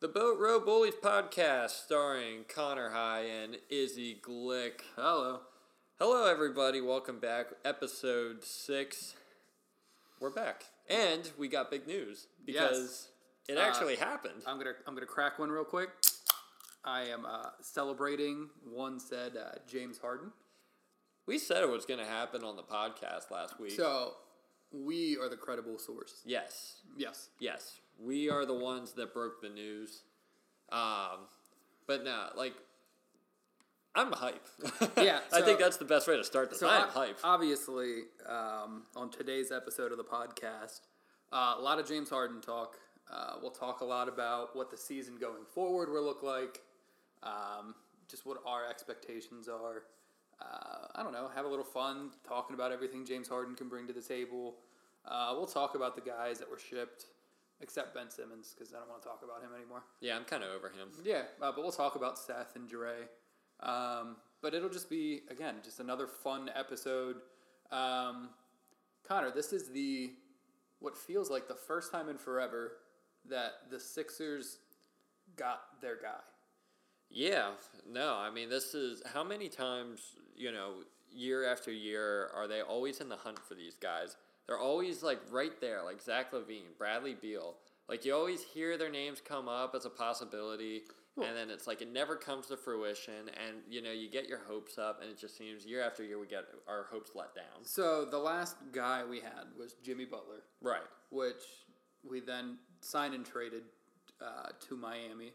The Boat Row Bullies podcast, starring Connor High and Izzy Glick. Hello. Hello, everybody. Welcome back. Episode six. We're back, and we got big news because it Uh, actually happened. I'm gonna I'm gonna crack one real quick. I am uh, celebrating. One said uh, James Harden. We said it was going to happen on the podcast last week. So we are the credible source. yes, Yes. yes, we are the ones that broke the news. Um, but no, like. I'm hype. Yeah, I think so- that's the best way to start this. So I'm ob- hype. Obviously, um, on today's episode of the podcast, uh, a lot of James Harden talk. Uh, we'll talk a lot about what the season going forward will look like, um, just what our expectations are. Uh, I don't know. Have a little fun talking about everything James Harden can bring to the table. Uh, we'll talk about the guys that were shipped, except Ben Simmons because I don't want to talk about him anymore. yeah, I'm kind of over him. Yeah, uh, but we'll talk about Seth and Dre. Um, but it'll just be again just another fun episode. Um, Connor, this is the what feels like the first time in forever that the Sixers got their guy. Yeah, no, I mean, this is how many times, you know, year after year are they always in the hunt for these guys? They're always like right there, like Zach Levine, Bradley Beal. Like you always hear their names come up as a possibility, and then it's like it never comes to fruition, and you know, you get your hopes up, and it just seems year after year we get our hopes let down. So the last guy we had was Jimmy Butler, Right. which we then signed and traded uh, to Miami.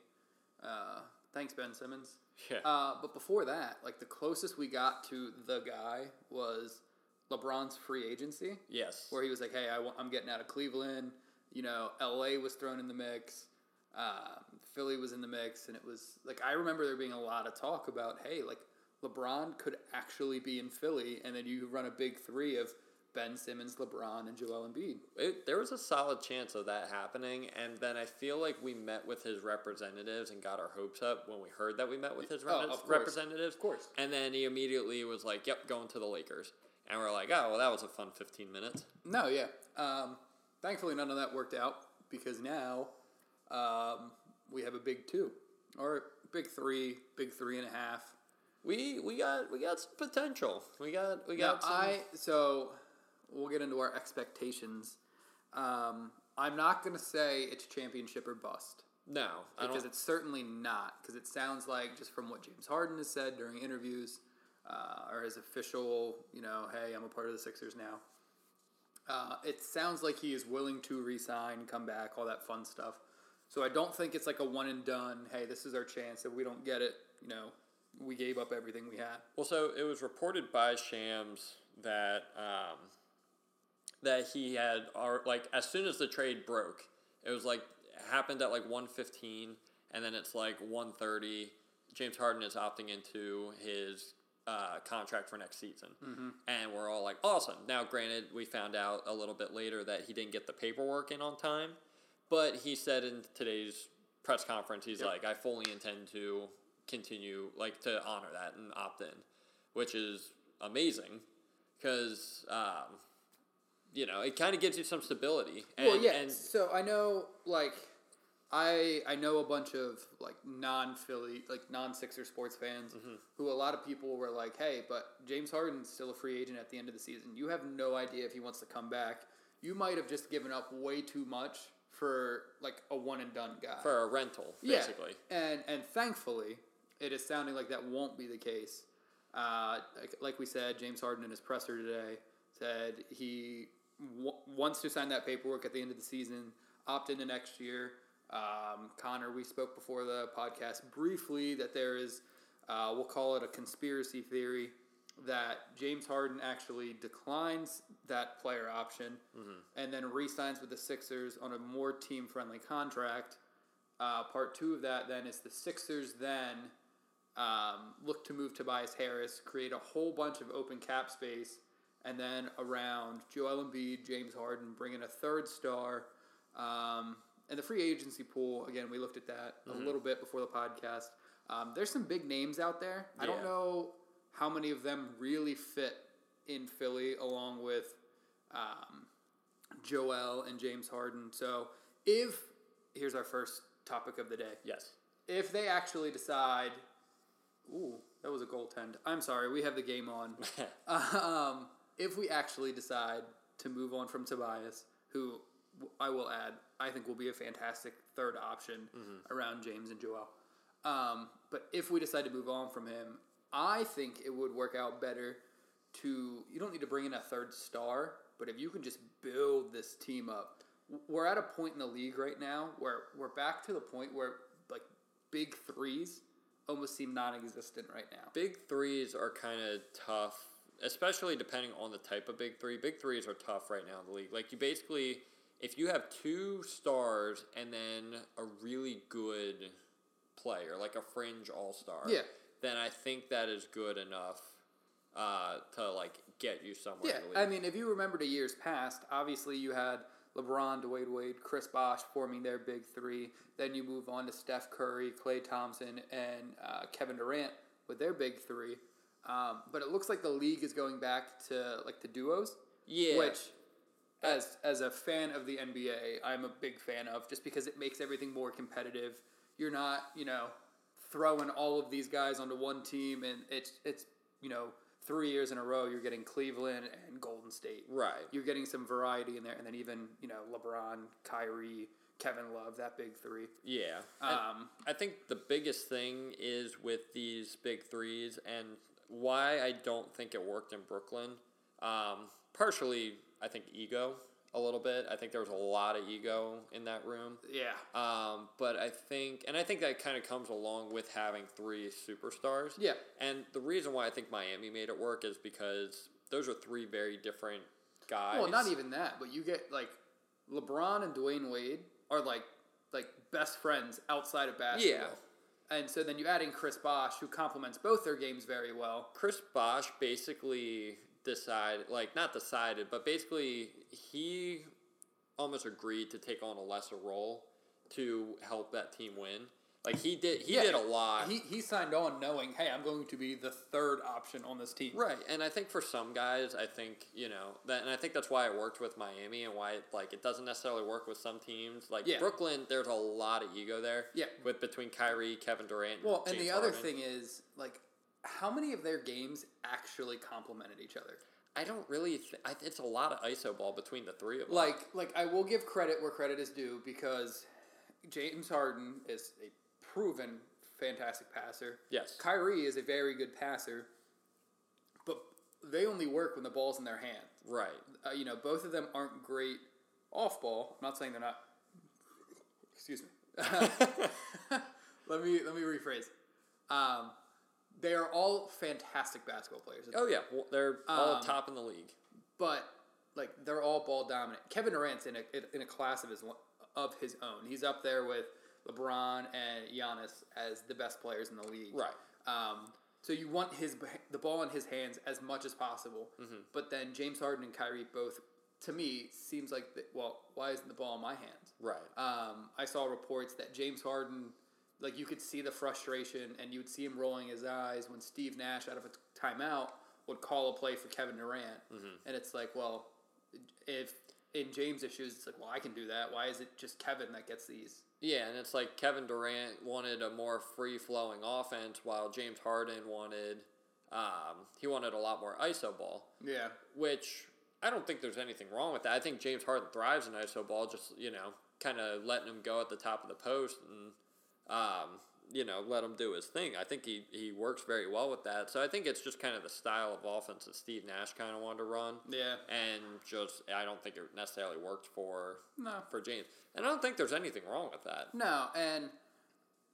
Uh, thanks, Ben Simmons. Yeah. Uh, but before that, like the closest we got to the guy was LeBron's free agency, yes. where he was like, "Hey, I w- I'm getting out of Cleveland." You know, LA was thrown in the mix, um, Philly was in the mix, and it was like I remember there being a lot of talk about, "Hey, like LeBron could actually be in Philly," and then you run a big three of Ben Simmons, LeBron, and Joel Embiid. it, there was a solid chance of that happening, and then I feel like we met with his representatives and got our hopes up when we heard that we met with his Oh, rep- of course. representatives. Of course. And then he immediately was like, "Yep, going to the Lakers," and we're like, "Oh, well, that was a fun fifteen minutes." No, yeah. Um, thankfully, none of that worked out because now um, we have a big two or big three, big three and a half. We we got we got some potential. We got we Now, got. some, I so we'll get into our expectations. Um, I'm not gonna say it's championship or bust no, I because don't. it's certainly not. Because it sounds like just from what James Harden has said during interviews uh, or his official, you know, hey, I'm a part of the Sixers now. Uh, it sounds like he is willing to resign, come back, all that fun stuff. So I don't think it's like a one and done. Hey, this is our chance. If we don't get it, you know, we gave up everything we had. Well, so it was reported by Shams that um, that he had our like as soon as the trade broke, it was like happened at like one fifteen, and then it's like one thirty. James Harden is opting into his uh, contract for next season, and we're all like, awesome. Now, granted, we found out a little bit later that he didn't get the paperwork in on time, but he said in today's press conference, he's like, I fully intend to continue, like, to honor that and opt in, which is amazing because, um, you know, it kind of gives you some stability. And, well, yeah. And, so I know, like, I I know a bunch of like non Philly, like non Sixer sports fans, Mm-hmm. who a lot of people were like, "Hey, but James Harden's still a free agent at the end of the season. You have no idea if he wants to come back. You might have just given up way too much for like a one and done guy." for a rental, Yeah, basically. And and thankfully, it is sounding like that won't be the case. Uh, like, like we said, James Harden in his presser today said he w- wants to sign that paperwork at the end of the season, opt into next year. Um, Connor, we spoke before the podcast briefly that there is, uh, we'll call it a conspiracy theory, that James Harden actually declines that player option and then re signs with the Sixers on a more team friendly contract. Uh, part two of that then is the Sixers then um, look to move Tobias Harris, create a whole bunch of open cap space, and then around Joel Embiid, James Harden, bring in a third star. Um, and the free agency pool, again, we looked at that a little bit before the podcast. Um, there's some big names out there. I Yeah. don't know how many of them really fit in Philly along with um, Joel and James Harden. So if here's our first topic of the day. Yes. If they actually decide, ooh, that was a goaltend. I'm sorry, we have the game on. um, if we actually decide to move on from Tobias, who w- I will add, I think will be a fantastic third option around James and Joel. Um, but if we decide to move on from him, I think it would work out better to. You don't need to bring in a third star, but if you can just build this team up, W- we're at a point in the league right now where we're back to the point where like big threes almost seem non-existent right now. Big threes are kind of tough, especially depending on the type of big three. Big threes are tough right now in the league. Like, you basically, if you have two stars and then a really good player, like a fringe all star, Yeah. then I think that is good enough uh, to, like, get you somewhere Yeah, in the league. I mean, if you remember to years past, obviously you had LeBron, Dwayne Wade, Chris Bosh forming their big three. Then you move on to Steph Curry, Clay Thompson, and uh, Kevin Durant with their big three. Um, but it looks like the league is going back to like the duos, yeah. which, as as a fan of the NBA, I'm a big fan of just because it makes everything more competitive. You're not, you know, throwing all of these guys onto one team, and it's it's you know three years in a row you're getting Cleveland and Golden State. right. You're getting some variety in there, and then even you know LeBron, Kyrie, Kevin Love, that big three. Yeah. And- Um, I think the biggest thing is with these big threes and why I don't think it worked in Brooklyn. Um, partially, I think ego a little bit. I think there was a lot of ego in that room. yeah, Um, but I think, and I think that kind of comes along with having three superstars. yeah, And the reason why I think Miami made it work is because those are three very different guys. Well, not even that, but you get like LeBron and Dwayne Wade are like like best friends outside of basketball. Yeah. And so then you add in Chris Bosh, who complements both their games very well. Chris Bosch basically decided, like, not decided, but basically he almost agreed to take on a lesser role to help that team win. Like he did, he did a lot, He, he signed on knowing, hey, I'm going to be the third option on this team. right? And I think for some guys, I think you know that, and I think that's why it worked with Miami and why it, like it doesn't necessarily work with some teams. Like Yeah. Brooklyn, there's a lot of ego there. Yeah. with between Kyrie, Kevin Durant. Well, and James the other Harden. thing is like how many of their games actually complemented each other? I don't really. Th- I, it's a lot of iso ball between the three of them. Like like I will give credit where credit is due because James Harden is a proven fantastic passer. yes, Kyrie is a very good passer, but they only work when the ball's in their hand. right. Uh, you know, both of them aren't great off ball. I'm not saying they're not. Excuse me. let me let me rephrase. Um, they are all fantastic basketball players, Oh yeah, well, they're all Um, top in the league. but like they're all ball dominant. Kevin Durant's in a in a class of his one- of his own. He's up there with LeBron and Giannis as the best players in the league. Right. Um, so you want his the ball in his hands as much as possible. But then James Harden and Kyrie both, to me, seems like the, well, why isn't the ball in my hands? Right. Uh, Um, I saw reports that James Harden, like you could see the frustration and you would see him rolling his eyes when Steve Nash out of a timeout would call a play for Kevin Durant, and it's like, well, if in James' shoes, it's like, well, I can do that. Why is it just Kevin that gets these? Yeah, and it's like Kevin Durant wanted a more free flowing offense, while James Harden wanted um, he wanted a lot more iso ball, Yeah, which I don't think there's anything wrong with that. I think James Harden thrives in iso ball, just you know, kind of letting him go at the top of the post and um, you know let him do his thing. I think he he works very well with that. So I think it's just kind of the style of offense that Steve Nash kind of wanted to run. yeah, and just I don't think it necessarily worked for no, for James. And I don't think there's anything wrong with that. no, and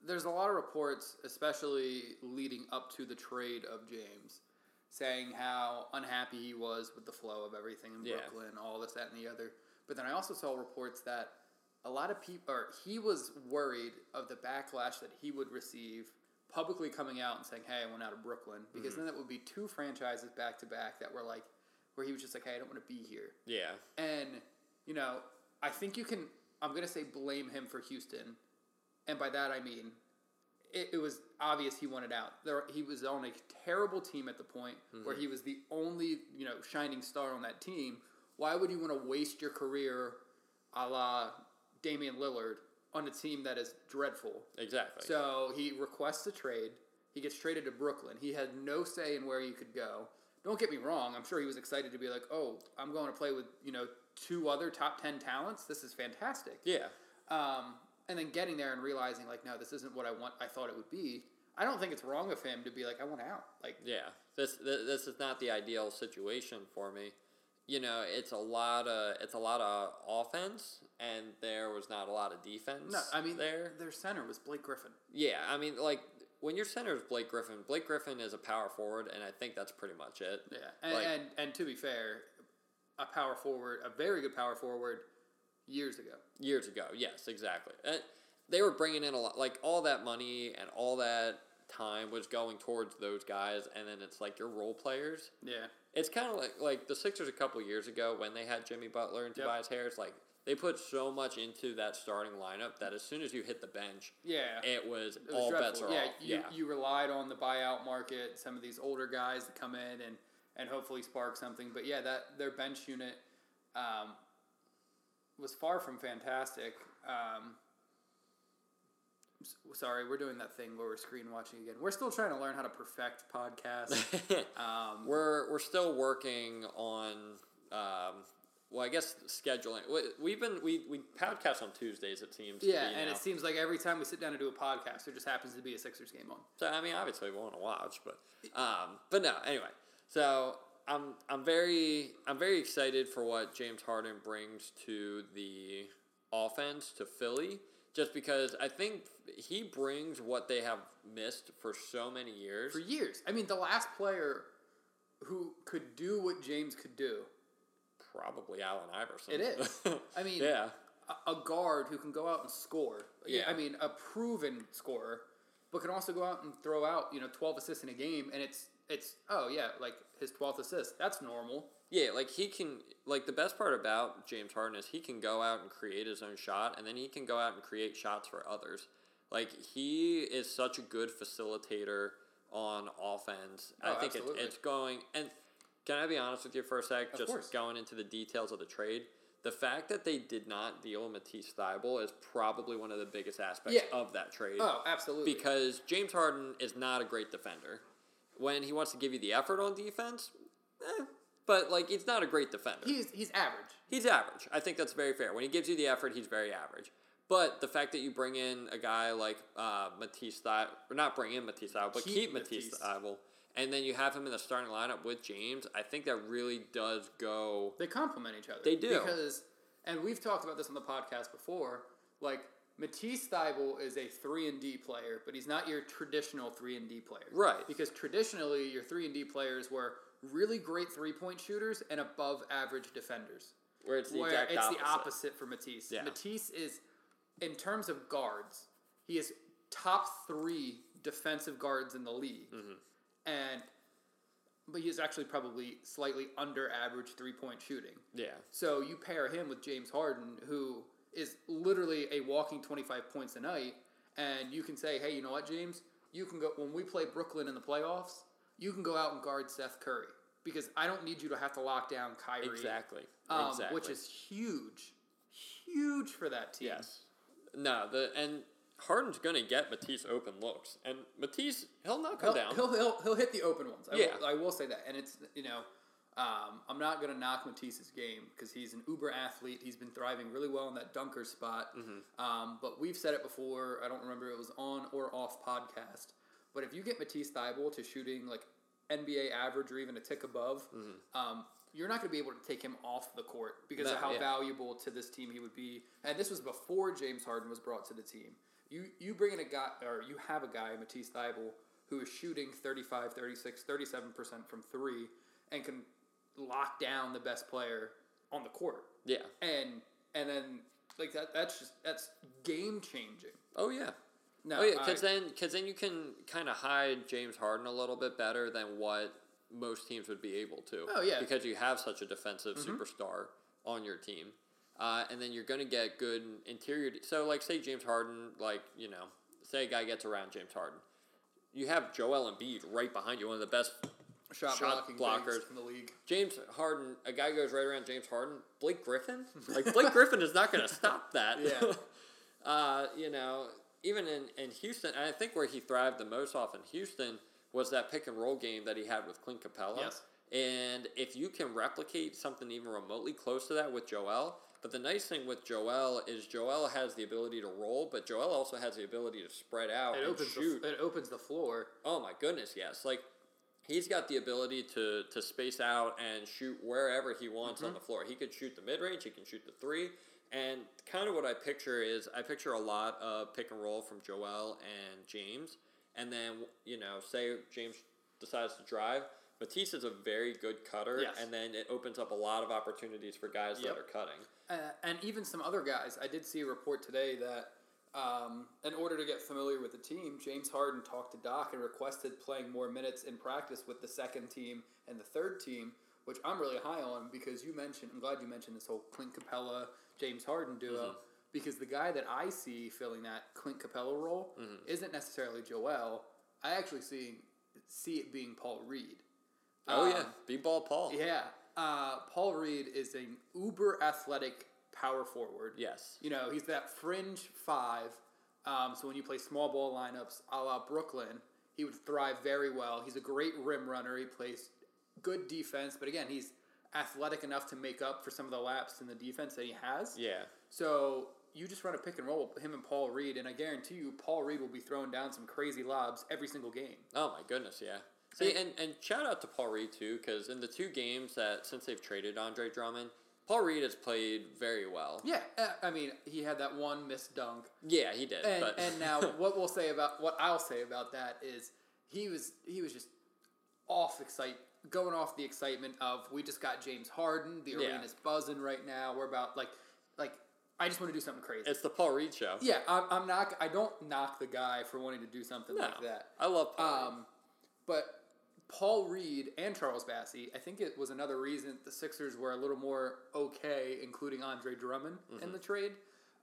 there's a lot of reports, especially leading up to the trade of James, saying how unhappy he was with the flow of everything in Yeah. Brooklyn, all this, that, and the other. But then I also saw reports that a lot of people, or he was worried of the backlash that he would receive publicly coming out and saying, "Hey, I went out of Brooklyn," because Mm-hmm. then that would be two franchises back to back that were like, where he was just like, "Hey, I don't want to be here." Yeah. And, you know, I think you can, I'm going to say blame him for Houston. And by that I mean, it, it was obvious he wanted out. There, he was on a terrible team at the point where he was the only, you know, shining star on that team. Why would you want to waste your career a la Damian Lillard on a team that is dreadful. Exactly. So he requests a trade. He gets traded to Brooklyn. He had no say in where he could go. Don't get me wrong. I'm sure he was excited to be like, oh, I'm going to play with you know two other top ten talents. This is fantastic. yeah. Um, and then getting there and realizing like, no, this isn't what I want. I thought it would be. I don't think it's wrong of him to be like, I want out. Like, Yeah, this th- this is not the ideal situation for me. You know, it's a lot of it's a lot of offense, and there was not a lot of defense. no, I mean, there. their center was Blake Griffin. Yeah, I mean, like when your center is Blake Griffin, Blake Griffin is a power forward, and I think that's pretty much it. Yeah, and, Like- and and to be fair, a power forward, a very good power forward, years ago. Years ago, yes, exactly. And they were bringing in a lot, like all that money and all that time was going towards those guys, and then it's like your role players. Yeah, It's kind of like like the Sixers a couple years ago when they had Jimmy Butler and Yep. Tobias Harris. Like they put so much into that starting lineup that as soon as you hit the bench, yeah. it was, It was all dreadful. bets are yeah, off. You, yeah, you relied on the buyout market, some of these older guys that come in and and hopefully spark something. But yeah, that their bench unit um, was far from fantastic. Um, s- sorry, we're doing that thing where we're screen watching again. We're still trying to learn how to perfect podcasts. Um, we're we're still working on. Um, well, I guess scheduling. we- We've been we we podcast on Tuesdays. It seems. to Yeah, be and now. it seems like every time we sit down to do a podcast, there just happens to be a Sixers game on. So I mean, obviously we want to watch, but um, but no. Anyway, so I'm I'm very I'm very excited for what James Harden brings to the offense to Philly, just because I think he brings what they have missed for so many years. For years. I mean, the last player who could do what James could do, Probably Allen Iverson. it is. I mean, yeah, a, a guard who can go out and score. Yeah. I mean, a proven scorer, but can also go out and throw out, you know, 12 assists in a game, and it's, it's oh, yeah, like his 12th assist. That's normal. yeah. Like he can. Like the best part about James Harden is he can go out and create his own shot, and then he can go out and create shots for others. Like he is such a good facilitator on offense. Oh, I think it's, absolutely. it's going. And can I be honest with you for a sec? Of Just course. going into the details of the trade. The fact that they did not deal Matisse Thybul is probably one of the biggest aspects Yeah. of that trade Oh, absolutely. because James Harden is not a great defender. When he wants to give you the effort on defense, eh, but like he's not a great defender. he's, he's average. He's average. I think that's very fair. When he gives you the effort, he's very average. But the fact that you bring in a guy like uh, Matisse Thy- or not bring in Matisse Thybulle, but Keep keep, Matisse Matisse. Thybulle, and then you have him in the starting lineup with James, I think that really does go. They complement each other. They do. Because, and we've talked about this on the podcast before, like Matisse Thybul is a 3 and D player, but he's not your traditional 3 and D player. Right. Because traditionally, your 3 and D players were really great three-point shooters and above average defenders. Where it's the where exact it's opposite. the opposite for Matisse. Yeah. Matisse is, in terms of guards, he is top 3 defensive guards in the league. Mm-hmm. And but he is actually probably slightly under average three-point shooting. Yeah, So you pair him with James Harden, who is literally a walking 25 points a night, and you can say, hey, you know what, James? You can go when we play Brooklyn in the playoffs. You can go out and guard Seth Curry because I don't need you to have to lock down Kyrie, exactly. um, exactly. which is huge, huge for that team. Yes. No, the and Harden's gonna get Matisse open looks, and Matisse he'll not come he'll, down. He'll, he'll, he'll hit the open ones. I, Yeah. will, I will say that. And it's, you know, um, I'm not going to knock Matisse's game because he's an uber athlete. He's been thriving really well in that dunker spot. Mm-hmm. Um, but we've said it before. I don't remember if it was on or off podcast. But if you get Matisse Thybul to shooting like NBA average or even a tick above, Mm-hmm. um, you're not going to be able to take him off the court because No, of how yeah. valuable to this team he would be. And this was before James Harden was brought to the team. You you bring in a guy or you have a guy Matisse Thybul who is shooting 35, 36, 37% from 3 and can lock down the best player on the court. yeah. And and then like that that's just that's game changing. Oh yeah. No, Oh yeah, I- because then because then you can kind of hide James Harden a little bit better than what most teams would be able to. Oh, yeah. because you have such a defensive superstar on your team, uh, and then you're gonna get good interior. de- So like, say James Harden, like you know, say a guy gets around James Harden, you have Joel Embiid right behind you, one of the best shot, shot blocking blockers blockers. in the league. James Harden, a guy goes right around James Harden. Blake Griffin, like Blake Griffin is not going to stop that. Yeah. uh, you know, even in, in Houston, I think where he thrived the most off in Houston was that pick and roll game that he had with Clint Capella. Yes. And if you can replicate something even remotely close to that with Joel, but the nice thing with Joel is Joel has the ability to roll, but Joel also has the ability to spread out It and opens, the, shoot. it opens the floor. Oh my goodness, yes. Like he's got the ability to to space out and shoot wherever he wants Mm-hmm. on the floor. He could shoot the mid range, he can shoot the three. And kind of what I picture is I picture a lot of pick and roll from Joel and James. And then, you know, say James decides to drive. Matisse is a very good cutter, Yes. and then it opens up a lot of opportunities for guys Yep. that are cutting. Uh, and even some other guys. I did see a report today that um, in order to get familiar with the team, James Harden talked to Doc and requested playing more minutes in practice with the second team and the third team, which I'm really high on because you mentioned, I'm glad you mentioned this whole Clint Capella, James Harden duo. Mm-hmm. Because the guy that I see filling that Clint Capella role Mm-hmm. isn't necessarily Joel. I actually see see it being Paul Reed. Oh Um, yeah, B ball Paul. yeah. Uh, Paul Reed is an uber athletic power forward. Yes. You know, he's that fringe five. Um, so when you play small ball lineups a la Brooklyn, he would thrive very well. He's a great rim runner. He plays good defense, but again, he's athletic enough to make up for some of the laps in the defense that he has. Yeah. So you just run a pick and roll with him and Paul Reed, and I guarantee you, Paul Reed will be throwing down some crazy lobs every single game. Oh my goodness, yeah. See, and, and shout out to Paul Reed too, because in the two games that since they've traded Andre Drummond, Paul Reed has played very well. Yeah, uh, I mean, he had that one missed dunk. Yeah, he did. And, but and now what we'll say about what I'll say about that is he was he was just off excite going off the excitement of we just got James Harden the Yeah. arena's buzzing right now we're about like like I just want to do something crazy it's the Paul Reed show. yeah I'm, I'm not I don't knock the guy for wanting to do something No, like that I love Paul. Reed. um, but Paul Reed and Charles Bassey, I think it was another reason the Sixers were a little more okay, including Andre Drummond in the trade.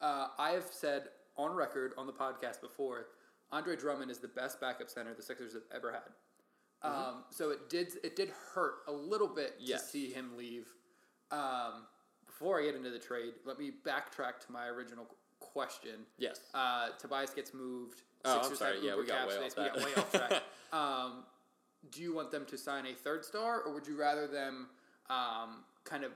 Uh, I have said on record on the podcast before, Andre Drummond is the best backup center the Sixers have ever had. Um, so it did it did hurt a little bit to Yes. see him leave. Um, before I get into the trade, let me backtrack to my original question. Yes. Uh, Tobias gets moved. Oh, I'm Sixers sorry. have Yeah, we uber got cap way off space. We got that. way off track. Um, do you want them to sign a third star, or would you rather them um, kind of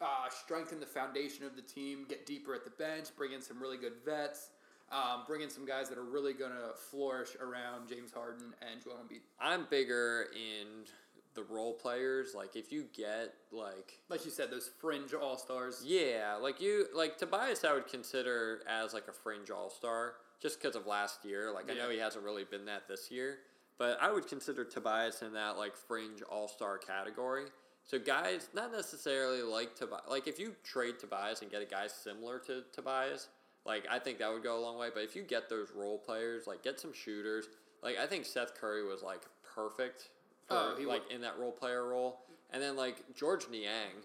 uh, strengthen the foundation of the team, get deeper at the bench, bring in some really good vets, um, bring in some guys that are really going to flourish around James Harden and Joel Embiid? I'm bigger in the role players. Like if you get like Like you said, those fringe all stars. Yeah, like you, like Tobias, I would consider as like a fringe all star just because of last year. Like I know Yeah. he hasn't really been that this year, but I would consider Tobias in that like fringe all star category. So guys, not necessarily like Tobias. Like if you trade Tobias and get a guy similar to Tobias, like I think that would go a long way. But if you get those role players, like get some shooters. Like I think Seth Curry was like perfect for Oh, he like in that role player role. And then like George Niang,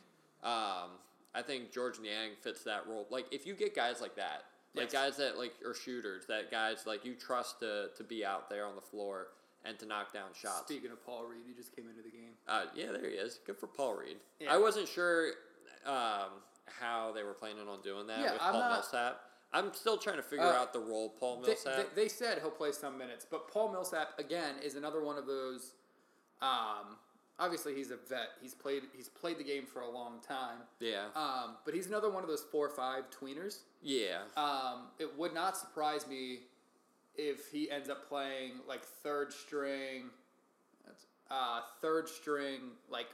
um, I think George Niang fits that role. Like if you get guys like that, like Yes. guys that like are shooters, that guys like you trust to to be out there on the floor and to knock down shots. Speaking of Paul Reed, he just came into the game. Uh, yeah, there he is. Good for Paul Reed. Yeah. I wasn't sure um, how they were planning on doing that Yeah, with I'm Paul not- Millsap. I'm still trying to figure Uh, out the role Paul They, Millsap. they, they said he'll play some minutes, but Paul Millsap again is another one of those. Um, obviously, he's a vet. He's played. He's played the game for a long time. yeah, Um, but he's another one of those four or five tweeners. yeah. Um, it would not surprise me if he ends up playing like third string, that's- uh, third string, like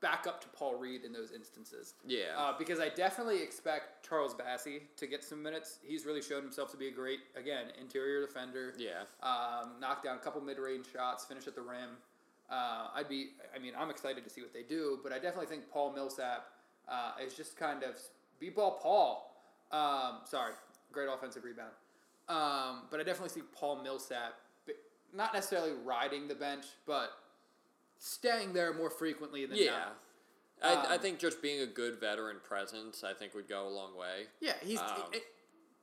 back up to Paul Reed in those instances. Yeah. Uh, because I definitely expect Charles Bassey to get some minutes. He's really shown himself to be a great, again, interior defender. Yeah. Um, knock down a couple mid range shots, finish at the rim. Uh, I'd be, I mean, I'm excited to see what they do, but I definitely think Paul Millsap uh, is just kind of be ball Paul. Um, sorry, great offensive rebound. Um, but I definitely see Paul Millsap b- not necessarily riding the bench, but staying there more frequently than yeah. not. I, I Um, think just being a good veteran presence, I think would go a long way. Yeah, he's Um, it-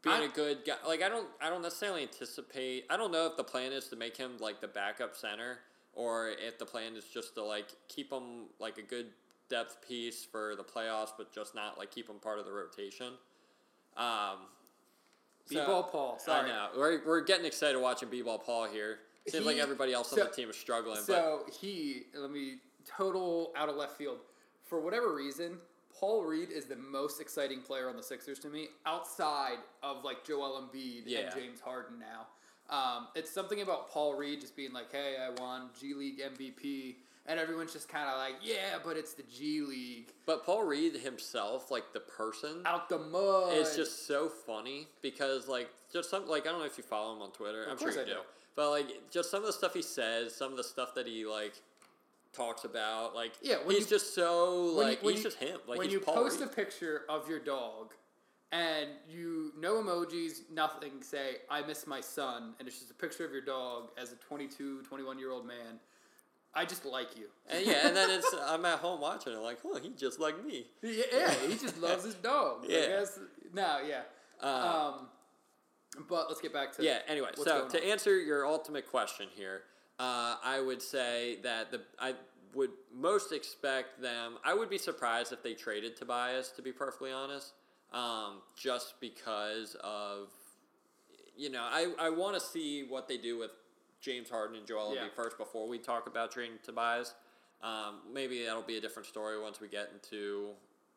being I- a good guy. Like I don't, I don't necessarily anticipate. I don't know if the plan is to make him like the backup center, or if the plan is just to like keep him like a good depth piece for the playoffs, but just not like keep him part of the rotation. Um, B-ball Paul. Sorry. I know. We're, we're getting excited watching B-ball Paul here. Seems like He- everybody else so- on the team is struggling. but So he, let me total out of left field. For whatever reason, Paul Reed is the most exciting player on the Sixers to me, outside of like Joel Embiid Yeah. and James Harden. Now, um, it's something about Paul Reed just being like, "Hey, I won G League MVP," and everyone's just kind of like, "Yeah, but it's the G League but Paul Reed himself, like the person, out the mud." it's just so funny because like just some like I don't know if you follow him on Twitter. I'm sure course you I do. do. But like just some of the stuff he says, some of the stuff that he like talks about, like Yeah, when he's you- just so when you- like when he's you- just him. Like when he's you Paul post Reed. a picture of your dog and you no emojis, nothing, say I miss my son, and it's just a picture of your dog as a 22, 21 year old man. I just like you. and Uh, yeah, and then it's I'm at home watching it like, oh, he just like me. Yeah, yeah, he just loves his dog. Yeah. Uh, I guess. No, yeah. Um, but let's get back to Yeah. Anyway, what's so going to on. answer your ultimate question here, uh, I would say that the I would most expect them. I would be surprised if they traded Tobias. To be perfectly honest, um, just because of you know I I want to see what they do with James Harden and Joel Yeah. Embiid first before we talk about trading Tobias. Um, maybe that'll be a different story once we get into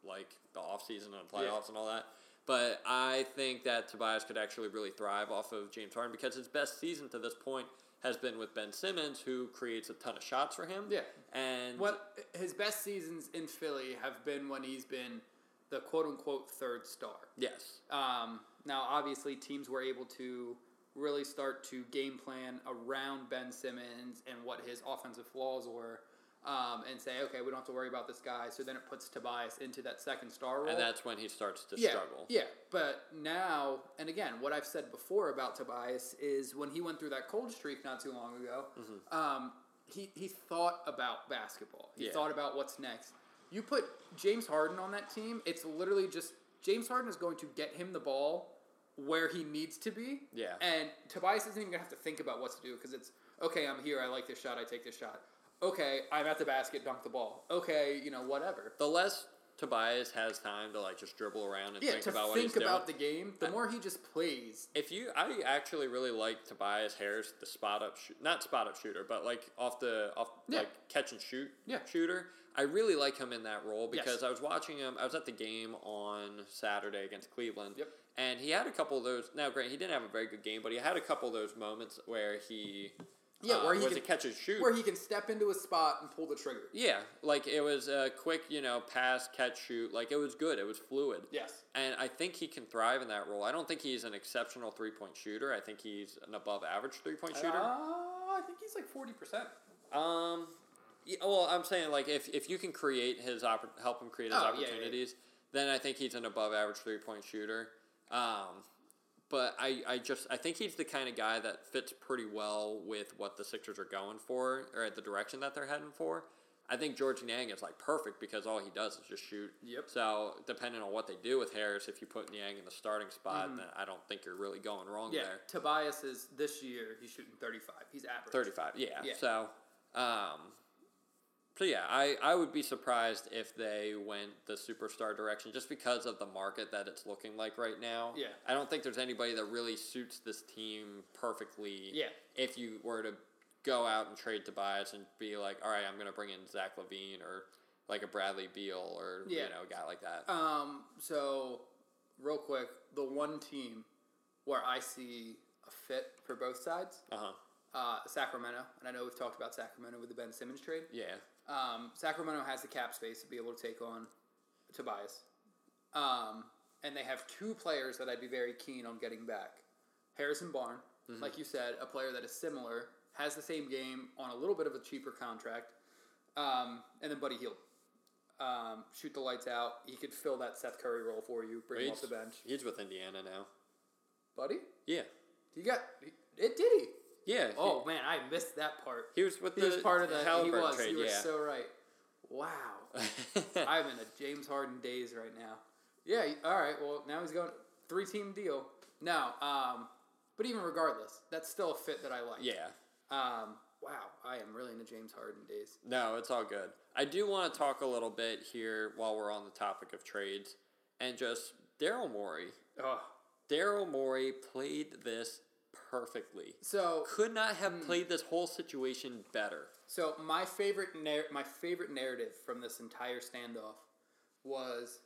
like the offseason and playoffs and all that. But I think that Tobias could actually really thrive off of James Harden because his best season to this point has been with Ben Simmons, who creates a ton of shots for him. Yeah. and What his best seasons in Philly have been when he's been the quote unquote third star. yes, Um, now, obviously, teams were able to really start to game plan around Ben Simmons and what his offensive flaws were, um, and say, okay, we don't have to worry about this guy. So then it puts Tobias into that second star role. and that's when he starts to Oh. yeah, struggle. yeah. But now, and again, what I've said before about Tobias is when he went through that cold streak not too long ago, um, he he thought about basketball. He Mm-hmm. Yeah. thought about what's next. You put James Harden on that team, it's literally just James Harden is going to get him the ball where he needs to be. Yeah. And Tobias isn't even gonna have to think about what to do because it's okay. I'm here. I like this shot. I take this shot. Okay, I'm at the basket. Dunk the ball. Okay, you know whatever. The less Tobias has time to like just dribble around and Yeah, think to about what think he's about doing. the game, the more he just plays. if you, I actually really like Tobias Harris, the spot up, shoot, not spot up shooter, but like off the off Yeah. like catch and shoot Yeah. shooter. I really like him in that role Yes. because I was watching him. I was at the game on Saturday against Cleveland, Yep. and he had a couple of those. Now, Grant, he didn't have a very good game, but he had a couple of those moments where he, Yeah, uh, where he was can- a catch and shoot, Where he can step into a spot and pull the trigger. yeah, like it was a quick, you know, pass, catch, shoot. Like it was good. It was fluid. Yes. And I think he can thrive in that role. I don't think he's an exceptional three point shooter. I think he's an above average three point Uh, shooter. I think he's like forty percent. Um, yeah, well, I'm saying like if, if you can create his oppor- help him create his Oh, yeah, yeah, yeah. opportunities, then I think he's an above average three point shooter. Um, but I, I just I think he's the kind of guy that fits pretty well with what the Sixers are going for or at the direction that they're heading for. I think George Niang is like perfect because all he does is just shoot. Yep. So depending on what they do with Harris, if you put Niang in the starting spot, then I don't think you're really going wrong Mm-hmm. Yeah. there. Tobias is this year. He's shooting thirty-five. He's average. 35 yeah, Yeah. so um so yeah i i would be surprised if they went the superstar direction just because of the market that it's looking like right now Yeah. i don't think there's anybody that really suits this team perfectly Yeah. if you were to go out and trade Tobias and be like all right i'm gonna bring in zach levine or like a bradley beal or Yeah. you know a guy like that Um. So, real quick, the one team where I see a fit for both sides, uh-huh uh, Sacramento, and I know we've talked about Sacramento with the Ben Simmons trade. yeah Um, Sacramento has the cap space to be able to take on Tobias. Um, and they have two players that I'd be very keen on getting back. Harrison Barn, like you said, a player that is similar, has the same game on a little bit of a cheaper contract. Um, and then Buddy Hield. Um, shoot the lights out. He could fill that Seth Curry role for you, bring him off he's, the bench. he's with indiana now Buddy? yeah You got it did he. yeah he- Oh man, I missed that part. he, was with He the was part of the he Halliburton was. trade you were yeah so right. Wow. I'm in a James Harden days right now. Yeah, y- all right. Well, now he's going three team deal. No, um, but even regardless, that's still a fit that I like. yeah Um, wow, I am really in the James Harden days. No, it's all good. I do want to talk a little bit here while we're on the topic of trades and just Daryl Morey. Oh, Daryl Morey played this perfectly. So Could not Hmm. have played this whole situation better. So my favorite narr- my favorite narrative from this entire standoff was,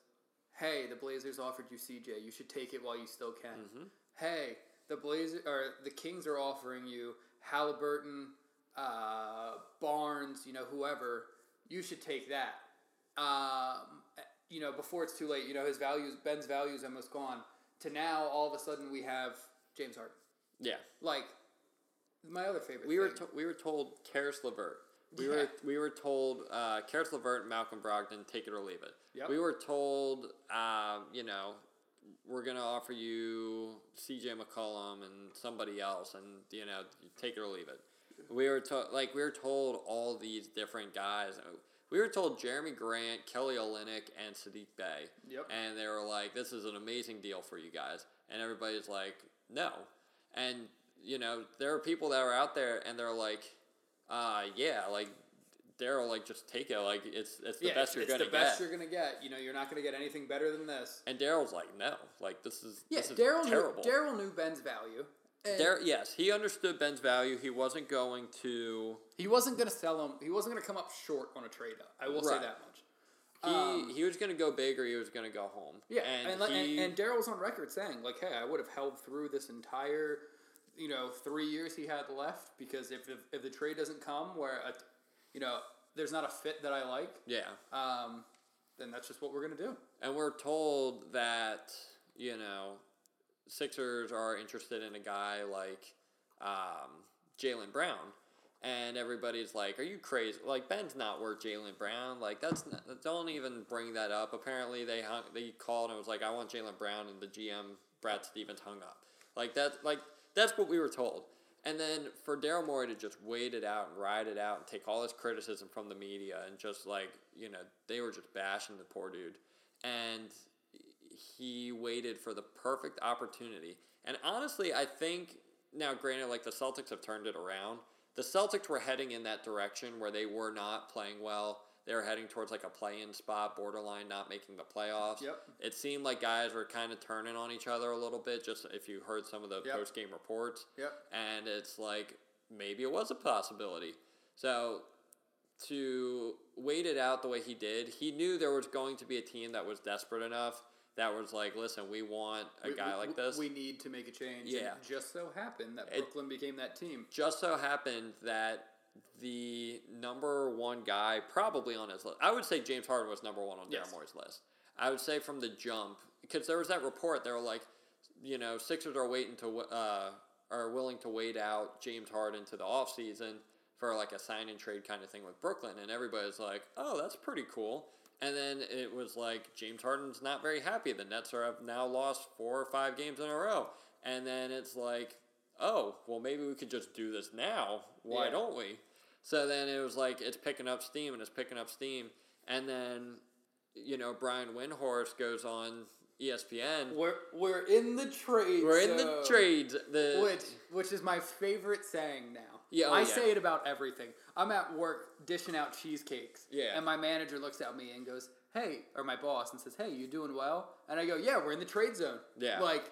"Hey, the Blazers offered you CJ. You should take it while you still can." Mm-hmm. Hey, the Blazers or the Kings are offering you Halliburton, uh, Barnes, you know whoever. You should take that. Um, you know before it's too late. You know his values, Ben's values, almost gone. To now, all of a sudden we have James Harden. Yeah. Like my other favorite. We were thing. to- we were told Karis LeVert. We Yeah. were we were told uh, Karis LeVert, Malcolm Brogdon, take it or leave it. Yep. We were told, um, you know, we're gonna offer you C.J. McCollum and somebody else, and you know, you take it or leave it. We were told like we were told all these different guys. We were told Jeremy Grant, Kelly Olynyk, and Sadiq Bey. Yep. And they were like, "This is an amazing deal for you guys," and everybody's like, "No," and you know, there are people that are out there and they're like, uh, yeah, like Daryl, like just take it, like it's it's the Yeah, best it's you're gonna the best get. you're gonna get. You know, you're not gonna get anything better than this. and Daryl's like, no, like this is Yeah, this is Daryl terrible. knew Daryl knew Ben's value. and Dar- yes, he understood Ben's value. He wasn't going to. he wasn't gonna sell him. He wasn't gonna come up short on a trade up. I will say Right. that much. He, he was going to go big or he was going to go home. Um, Yeah, and, and, like he, and, and Daryl's on record saying like, "Hey, I would have held through this entire, you know, three years he had left because if if, if the trade doesn't come where, a, you know, there's not a fit that I like, yeah, um, then that's just what we're gonna do." and we're told that you know Sixers are interested in a guy like um, Jalen Brown, and everybody's like, "Are you crazy? Like Ben's not worth Jalen Brown. Like that's not, don't even bring that up." Apparently, they hung, they called and was like, "I want Jalen Brown," and the GM Brad Stevens hung up. Like that, like that's what we were told. And then for Daryl Morey to just wait it out and ride it out and take all this criticism from the media and just like you know they were just bashing the poor dude, and he waited for the perfect opportunity. And honestly, I think now, granted, like the Celtics have turned it around. The Celtics were heading in that direction where they were not playing well. They were heading towards like a play-in spot, borderline not making the playoffs. Yep. It seemed like guys were kind of turning on each other a little bit. Just if you heard some of the Yep. post-game reports, Yep. and it's like maybe it was a possibility. So to wait it out the way he did, he knew there was going to be a team that was desperate enough that was like, listen, we want a We- guy we- like this. We need to make a change. Yeah. and it just so happened that It- Brooklyn became that team. Just so happened that the number one guy probably on his list, I would say James Harden was number one on Yes. Daryl Morey's list. I would say from the jump, because there was that report, they were like, you know, Sixers are waiting to uh, are willing to wait out James Harden to the offseason for like a sign and trade kind of thing with Brooklyn, and everybody's like, oh, that's pretty cool. And then it was like James Harden's not very happy. The Nets are have now lost four or five games in a row, and then it's like, oh, well, maybe we could just do this now. Why Yeah. don't we? So then it was like it's picking up steam and it's picking up steam, and then you know Brian Windhorst goes on E ESPN We're we're in the trade. we're in the zone. trades. The which which is my favorite saying now. Yeah, oh, I yeah. say it about everything. I'm at work dishing out cheesecakes. Yeah. and my manager looks at me and goes, "Hey," or my boss and says, "Hey, you doing well?" And I go, "Yeah, we're in the trade zone." Yeah. like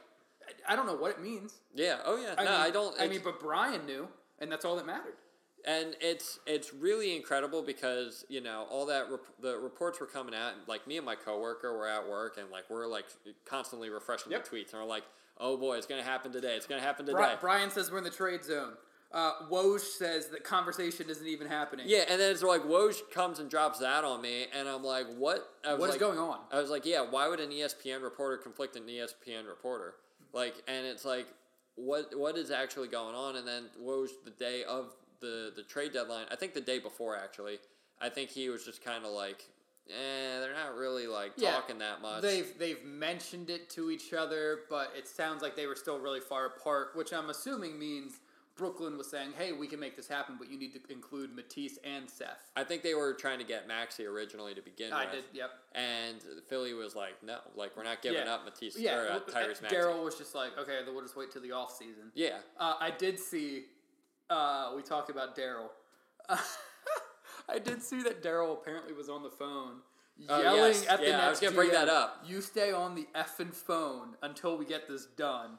I- I don't know what it means. yeah, oh yeah. no, mean, I don't. I it's- mean, but Brian knew, and that's all that mattered. and it's it's really incredible because you know all that rep- the reports were coming out. And, like me and my coworker were at work, and like we're like constantly refreshing Yep. the tweets, and we're like, oh boy, it's gonna happen today. It's gonna happen today. Bri- Brian says we're in the trade zone. Uh, Woj says that conversation isn't even happening. Yeah, and then it's like Woj comes and drops that on me, and I'm like, what? I was What is like- going on? I was like, yeah, why would an E ESPN reporter conflict an E ESPN reporter? Like, and it's like, what what is actually going on? And then Woj, the day of the the trade deadline, I think the day before actually, I think he was just kind of like, eh, they're not really like Yeah, talking that much. They've they've mentioned it to each other, but it sounds like they were still really far apart, which I'm assuming means Brooklyn was saying, "Hey, we can make this happen, but you need to include Matisse and Seth." I think they were trying to get Maxi originally to begin I with. did, yep. And Philly was like, no, like we're not giving Yeah. up Matisse Yeah, or uh, well, Tyrese Maxey. Daryl was just like, "Okay, then we'll just wait till the off season." Yeah, Uh, I did see. Uh, we talked about Daryl. I did see that Daryl apparently was on the phone Oh, yelling yes. at the Yeah, next I was gonna bring GM, that up. You stay on the effing phone until we get this done.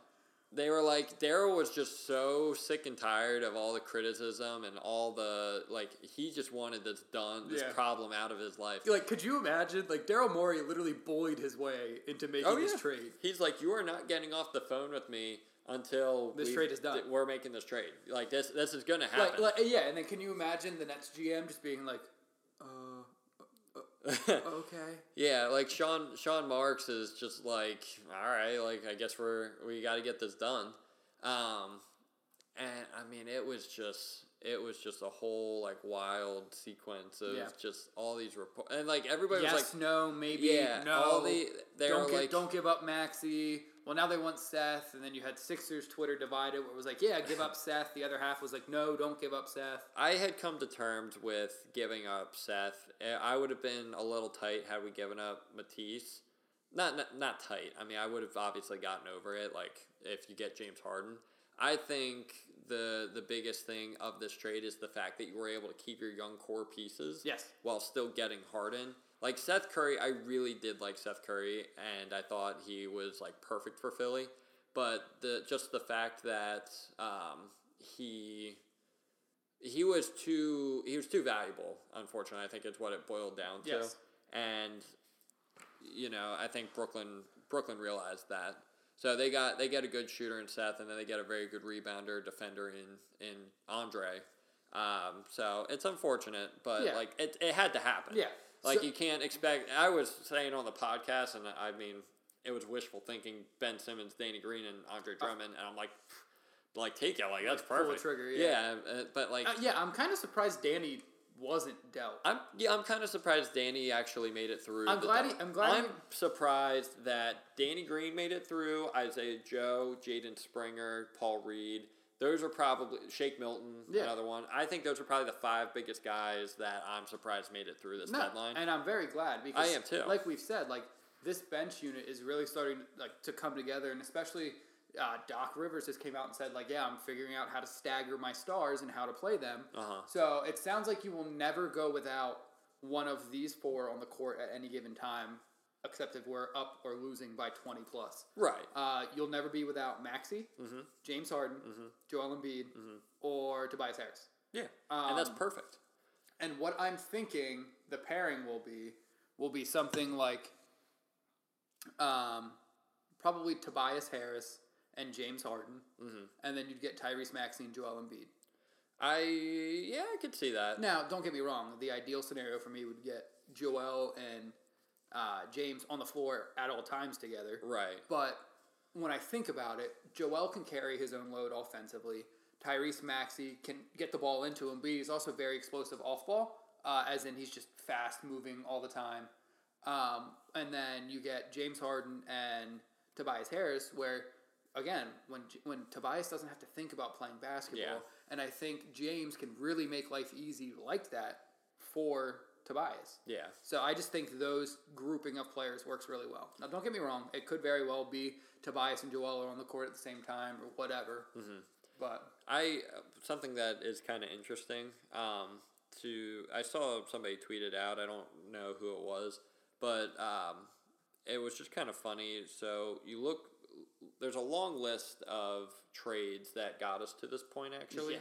They were like Daryl was just so sick and tired of all the criticism and all the like. He just wanted this done, this Yeah. problem out of his life. Like, could you imagine? Like, Daryl Morey literally bullied his way into making Oh, this yeah. trade. He's like, you are not getting off the phone with me until This we've- trade is done." th- We're making this trade. Like this, this is gonna Like, happen. like, yeah. And then, can you imagine the next GM just being like, "Okay, yeah, like Sean Sean Marks is just like, all right, like I guess we're we got to get this done. Um, and I mean, it was just it was just a whole like wild sequence of Yeah. just all these reports and like everybody yes, was like, no, maybe, yeah, no." all the they don't were give, like, don't give up Maxi. Well, now they want Seth, and then you had Sixers Twitter divided, where it was like, yeah, give up Seth. The other half was like, no, don't give up Seth. I had come to terms with giving up Seth. Eh, I would have been a little tight had we given up Matisse. Not, not not tight. I mean, I would have obviously gotten over it. Like if you get James Harden, I think the the biggest thing of this trade is the fact that you were able to keep your young core pieces. Yes. While still getting Harden, like Seth Curry, I really did like Seth Curry, and I thought he was like perfect for Philly. But the just the fact that um, he he was too he was too valuable. Unfortunately, I think it's what it boiled down to. Yes. And you know, I think Brooklyn Brooklyn realized that. So they got they get a good shooter in Seth, and then they get a very good rebounder defender in in Andre. Um, so it's unfortunate, but Yeah. like it, it had to happen. Yeah. Like So- you can't expect. I was saying on the podcast, and I mean, it was wishful thinking. Ben Simmons, Danny Green, and Andre Drummond, and I'm like, like take it, like that's Uh, the perfect. trigger, yeah. uh, but like, Uh, yeah, I'm kind of surprised Danny wasn't dealt. I'm yeah, I'm kind of surprised Danny actually made it through. I'm the glad dunk. he- I'm glad I'm he- surprised that Danny Green made it through. Isaiah Joe, Jaden Springer, Paul Reed. Those are probably Shake Milton, Yeah. another one. I think those are probably the five biggest guys that I'm surprised made it through this No, deadline. and I'm very glad because I am too. Like we've said, like this bench unit is really starting like to come together, and especially uh, Doc Rivers just came out and said like, yeah, I'm figuring out how to stagger my stars and how to play them. Uh-huh. So it sounds like you will never go without one of these four on the court at any given time, except if we're up or losing by 20 plus. right. Uh, you'll never be without Maxi, Mm-hmm. James Harden, Joel Embiid, or Tobias Harris. Yeah. and that's um, perfect. And what I'm thinking the pairing will be will be something like um, probably Tobias Harris and James Harden, and then you'd get Tyrese Maxey and Joel Embiid. I yeah, I could see that. Now, don't get me wrong. The ideal scenario for me would get Joel and uh, James on the floor at all times together. Right. But when I think about it, Joel can carry his own load offensively. Tyrese Maxey can get the ball into him, but he's also very explosive off ball, uh, as in he's just fast moving all the time. Um, and then you get James Harden and Tobias Harris, where again, when J- when Tobias doesn't have to think about playing basketball, Yeah. and I think James can really make life easy like that for Tobias. Yeah. So I just think those grouping of players works really well. Now, don't get me wrong; it could very well be Tobias and Joel are on the court at the same time or whatever. Mm-hmm. But I something that is kind of interesting. Um, to I saw somebody tweeted out. I don't know who it was, but um, it was just kind of funny. So you look, there's a long list of trades that got us to this point. Actually, Yeah.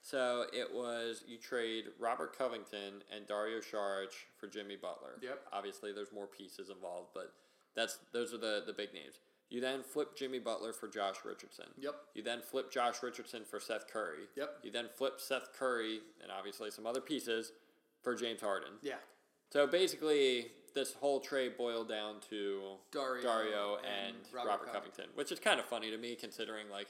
So it was you trade Robert Covington and Dario Saric for Jimmy Butler. Yep. Obviously, there's more pieces involved, but that's those are the the big names. You then flip Jimmy Butler for Josh Richardson. Yep. You then flip Josh Richardson for Seth Curry. Yep. You then flip Seth Curry and obviously some other pieces for James Harden. yeah, So basically, this whole trade boiled down to Dario and, and Robert, Robert Covington, which is kind of funny to me considering like.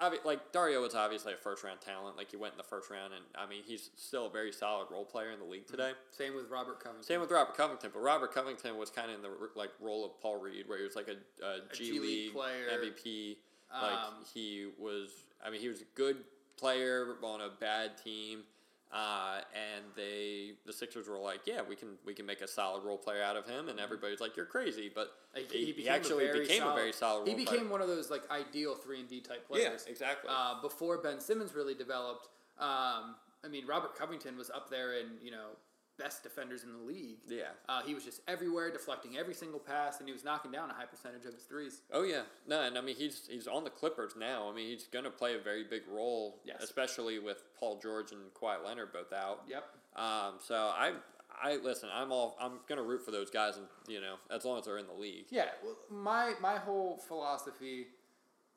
obvi- Like Dario was obviously a first round talent. Like he went in the first round, and I mean he's still a very solid role player in the league Mm-hmm. today. same with Robert Covington. Same with Robert Covington, but Robert Covington was kind of in the like role of Paul Reed, where he was like a, a G G League League player. MVP. Like Um, he was, I mean, he was a good player on a bad team, uh, and they the Sixers were like, yeah, we can we can make a solid role player out of him, and everybody's like, you're crazy, but Mm-hmm. Like, he, he became a actually very became a very solid. He role became player. one of those like ideal three and D type Yeah, players. exactly. Uh, before Ben Simmons really developed, um, I mean Robert Covington was up there in you know best defenders in the league. Yeah. Uh, he was just everywhere, deflecting every single pass, and he was knocking down a high percentage of his threes. Oh yeah, no, and I mean he's he's on the Clippers now. I mean he's going to play a very big role, Yes. especially with Paul George and Kawhi Leonard both out. Yep. Um, so I I listen. I'm all I'm going to root for those guys, and you know as long as they're in the league. Yeah. Well, my my whole philosophy,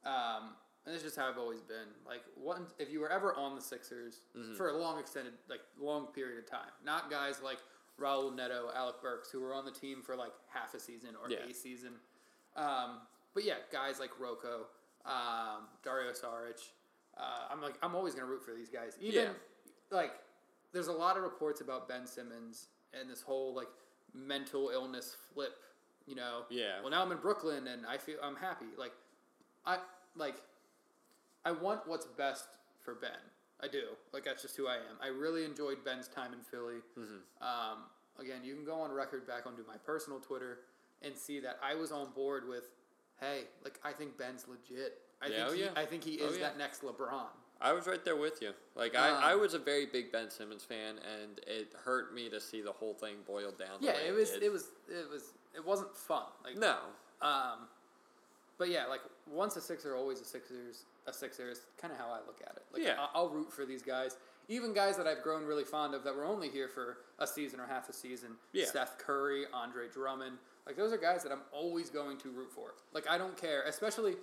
um, and this is just how I've always been. Like, one, if you were ever on the Sixers Mm-hmm. for a long extended, like long period of time, not guys like Raul Neto, Alec Burks, who were on the team for like half a season or Yeah. a season. Um, but yeah, guys like Rocco, um, Dario Saric. Uh, I'm like, I'm always gonna root for these guys. Even Yeah. like, there's a lot of reports about Ben Simmons and this whole like mental illness flip. You know, Yeah. Well, now I'm in Brooklyn and I feel I'm happy. Like, I like, I want what's best for Ben. I do. Like that's just who I am. I really enjoyed Ben's time in Philly. Mm-hmm. Um, again, you can go on record back onto my personal Twitter and see that I was on board with, hey, like I think Ben's legit. I Yeah, think oh he, yeah. I think he Oh is yeah. that next LeBron. I was right there with you. Like I, Um, I was a very big Ben Simmons fan, and it hurt me to see the whole thing boiled down. the Yeah, way it was did. it was it was it wasn't fun. Like no. um but yeah, like once a Sixer, always a Sixers. A Sixer is kind of how I look at it. Like Yeah. I- I'll root for these guys, even guys that I've grown really fond of that were only here for a season or half a season. Yeah. Seth Curry, Andre Drummond, like those are guys that I'm always going to root for. Like I don't care, especially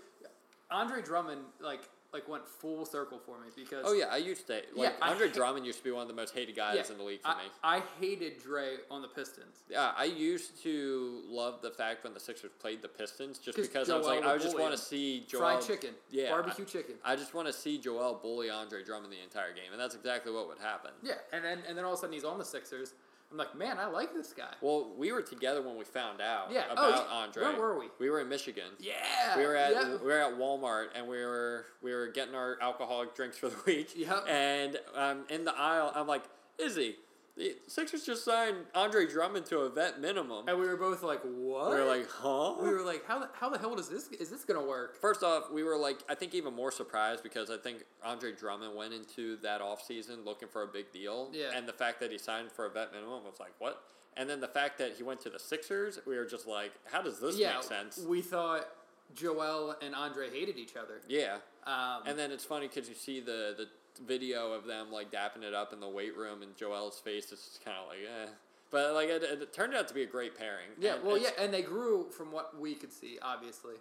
Andre Drummond. Like like went full circle for me because Oh yeah, I used to like I Andre hate- Drummond used to be one of the most hated guys in the league for I, me. I hated Dre on the Pistons. Yeah, I used to love the fact when the Sixers played the Pistons just 'Cause because I was Joel like, would I just bully want him. to see Joel Fried chicken, yeah, barbecue I, chicken. I just want to see Joel bully Andre Drummond the entire game, and that's exactly what would happen. Yeah, and then and then all of a sudden he's on the Sixers. I'm like, man, I like this guy. Well, we were together when we found out Yeah, oh, about yeah. Andre. Where were we? We were in Michigan. Yeah, We were at yeah. we were at Walmart and we were we were getting our alcoholic drinks for the week. Yep. And um, in the aisle, I'm like, Izzy, the Sixers just signed Andre Drummond to a vet minimum. And we were both like, "What?" we were like, huh? "We were like, how the, how the hell does this is this gonna work?" First off, we were like, I think even more surprised because I think Andre Drummond went into that offseason looking for a big deal. Yeah. And the fact that he signed for a vet minimum was like, what? And then the fact that he went to the Sixers, we were just like, how does this yeah, make sense? we thought Joel and Andre hated each other. Yeah. Um, And then it's funny because you see the, the video of them like dapping it up in the weight room and Joel's face is just kind of like, eh. But like it, it turned out to be a great pairing. yeah, And well, yeah, it's- and they grew from what we could see. Obviously,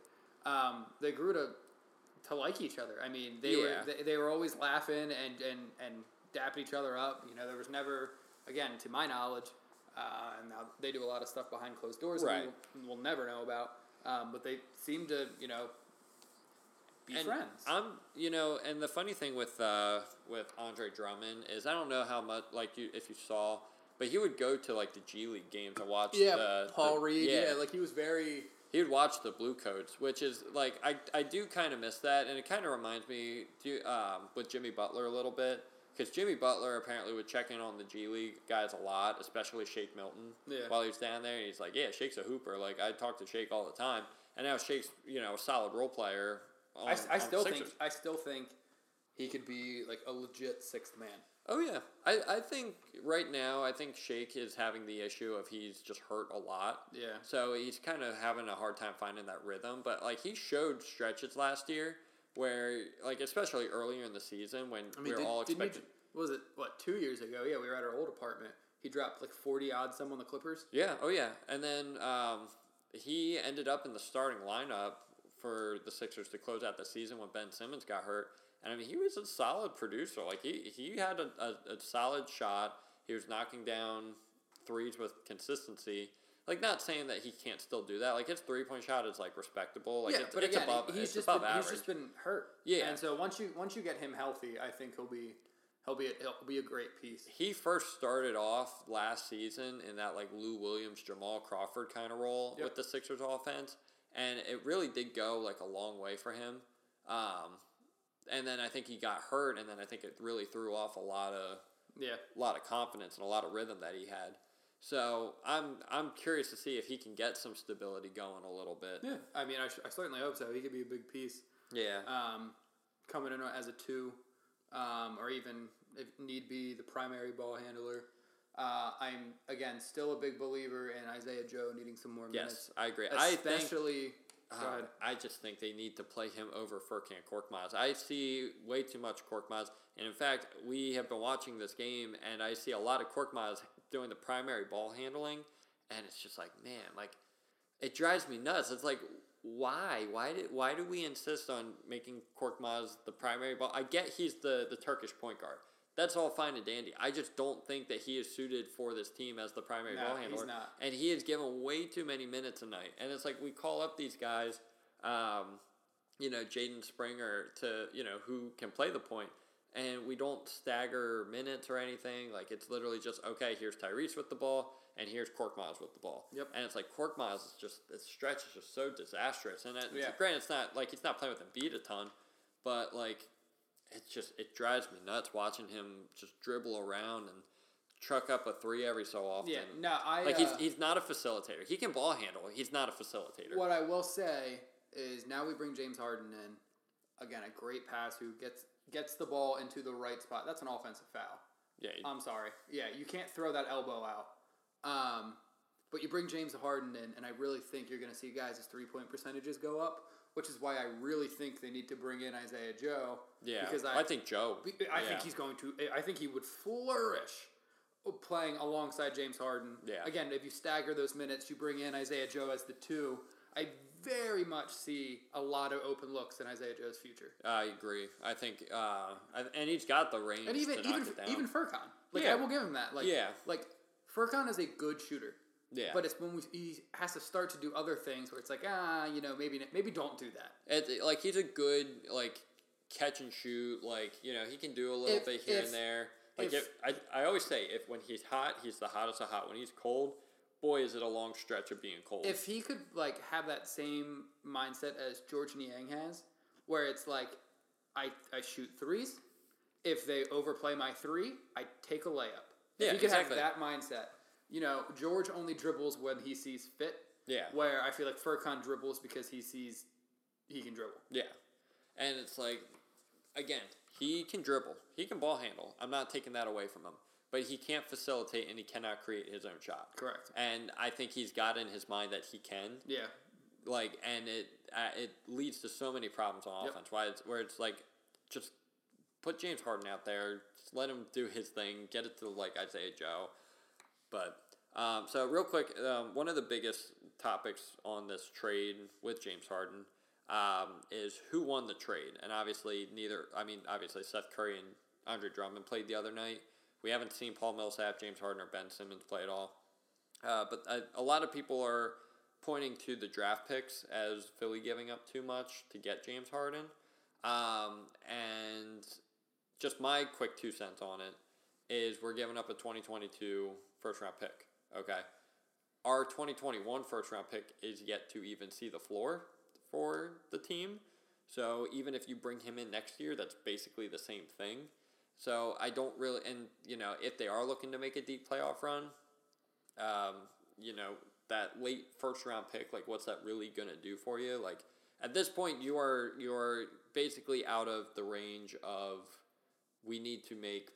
um, they grew to to like each other. I mean, they Yeah. were they, they were always laughing and and and dapping each other up. You know, there was never, again, to my knowledge, uh, and now they do a lot of stuff behind closed doors. that Right. we will, we'll never know about, um, but they seem to, you know, be and friends. I'm, you know, and the funny thing with uh, with Andre Drummond is I don't know how much like you if you saw, but he would go to like the G League games and watch. Yeah, the, Paul the- Reed. Yeah. like he was very. he would watch the Blue Coats, which is like I I do kind of miss that, and it kind of reminds me do um, with Jimmy Butler a little bit because Jimmy Butler apparently would check in on the G League guys a lot, especially Shake Milton Yeah. while he was down there, and he's like, yeah, Shake's a hooper. Like I talk to Shake all the time, and now Shake's you know a solid role player. On, I, s- I on the still think Sixers. I still think he could be like a legit sixth man. Oh yeah, I, I think right now I think Shake is having the issue of he's just hurt a lot. Yeah. So he's kind of having a hard time finding that rhythm, but like he showed stretches last year where like especially earlier in the season when we were did- all didn't you expecting. ju- what was it what two years ago? Yeah, we were at our old apartment. He dropped like forty odd some on the Clippers. Yeah. Oh yeah, and then um, he ended up in the starting lineup for the Sixers to close out the season when Ben Simmons got hurt. And I mean, he was a solid producer. Like he he had a, a, a solid shot. He was knocking down threes with consistency. Like not saying that he can't still do that. Like his three point shot is like respectable. Like yeah, it's, but it's again, above he's it's just above been, average. he's just been hurt. Yeah. and so once you once you get him healthy, I think he'll be he'll be a, he'll be a great piece. he first started off last season in that like Lou Williams, Jamal Crawford kind of role Yep. with the Sixers offense, and it really did go like a long way for him. Um, and then I think he got hurt, and then I think it really threw off a lot of Yeah, a lot of confidence and a lot of rhythm that he had. So I'm I'm curious to see if he can get some stability going a little bit. yeah. I mean, I, sh- I certainly hope so. He could be a big piece. Yeah, um, coming in as a two, um, or even if need be the primary ball handler. Uh, I'm again still a big believer in Isaiah Joe needing some more Yes, minutes, I agree. I think especially. go Um, ahead. I just think they need to play him over Furkan Korkmaz. I see way too much Korkmaz, and in fact, we have been watching this game, and I see a lot of Korkmaz doing the primary ball handling, and it's just like, man, like it drives me nuts. It's like, why, why did, why do we insist on making Korkmaz the primary ball? I get he's the the Turkish point guard. That's all fine and dandy. I just don't think that he is suited for this team as the primary No, ball he's handler not. and he is given way too many minutes a night. And it's like we call up these guys, um, you know, Jaden Springer to you know who can play the point, and we don't stagger minutes or anything. Like it's literally just okay. Here's Tyrese with the ball, and here's Korkmaz with the ball. Yep. And it's like Korkmaz is just this stretch is just so disastrous. And it, Yeah. granted, it's not like he's not playing with Embiid a ton, but like it's just it drives me nuts watching him just dribble around and truck up a three every so often. Yeah, no, I Like uh, he's, he's not a facilitator. He can ball handle. He's not a facilitator. What I will say is now we bring James Harden in. Again, a great pass who gets gets the ball into the right spot. That's an offensive foul. Yeah, he- I'm sorry. Yeah, you can't throw that elbow out. Um, but you bring James Harden in, and I really think you're going to see guys' three point percentages go up, which is why I really think they need to bring in Isaiah Joe. yeah. because I, I, think Joe. I Oh, yeah. think he's going to. I think he would flourish playing alongside James Harden. Yeah. Again, if you stagger those minutes, you bring in Isaiah Joe as the two. I very much see a lot of open looks in Isaiah Joe's future, I agree. I think, uh, I, and he's got the range and even to knock even it down. even Furkan. Like Yeah. I will give him that. Like Yeah. like Furkan is a good shooter. yeah, But it's when we, he has to start to do other things where it's like ah you know maybe maybe don't do that. It- like he's a good like catch and shoot. Like you know, he can do a little If- bit here if- and there. Like if- if, I, I always say, if when he's hot, he's the hottest of hot. When he's cold, boy, is it a long stretch of being cold. if he could like have that same mindset as George Niang has, where it's like, I, I shoot threes. If they overplay my three, I take a layup. Yeah, if he could exactly. have that mindset. You know, George only dribbles when he sees fit. Yeah. Where I feel like Furkan dribbles because he sees he can dribble. Yeah. And it's like, again, he can dribble, he can ball handle. I'm not taking that away from him. But he can't facilitate and he cannot create his own shot. Correct. And I think he's got in his mind that he can. Yeah. Like, and it uh, it leads to so many problems on Yep. offense. Why it's where it's like, just put James Harden out there, just let him do his thing, get it to like Isaiah Joe. But um, so real quick, um, one of the biggest topics on this trade with James Harden um, is who won the trade, and obviously neither. I mean, obviously Seth Curry and Andre Drummond played the other night. We haven't seen Paul Millsap, James Harden, or Ben Simmons play at all. Uh, but a, a lot of people are pointing to the draft picks as Philly giving up too much to get James Harden. Um, and just my quick two cents on it is we're giving up a 2022 first round pick. Okay. Our 2021 first round pick is yet to even see the floor for the team. So even if you bring him in next year, that's basically the same thing. So I don't really, and you know, if they are looking to make a deep playoff run, um, you know, that late first round pick, like what's that really gonna do for you? Like at this point you are you're basically out of the range of we need to make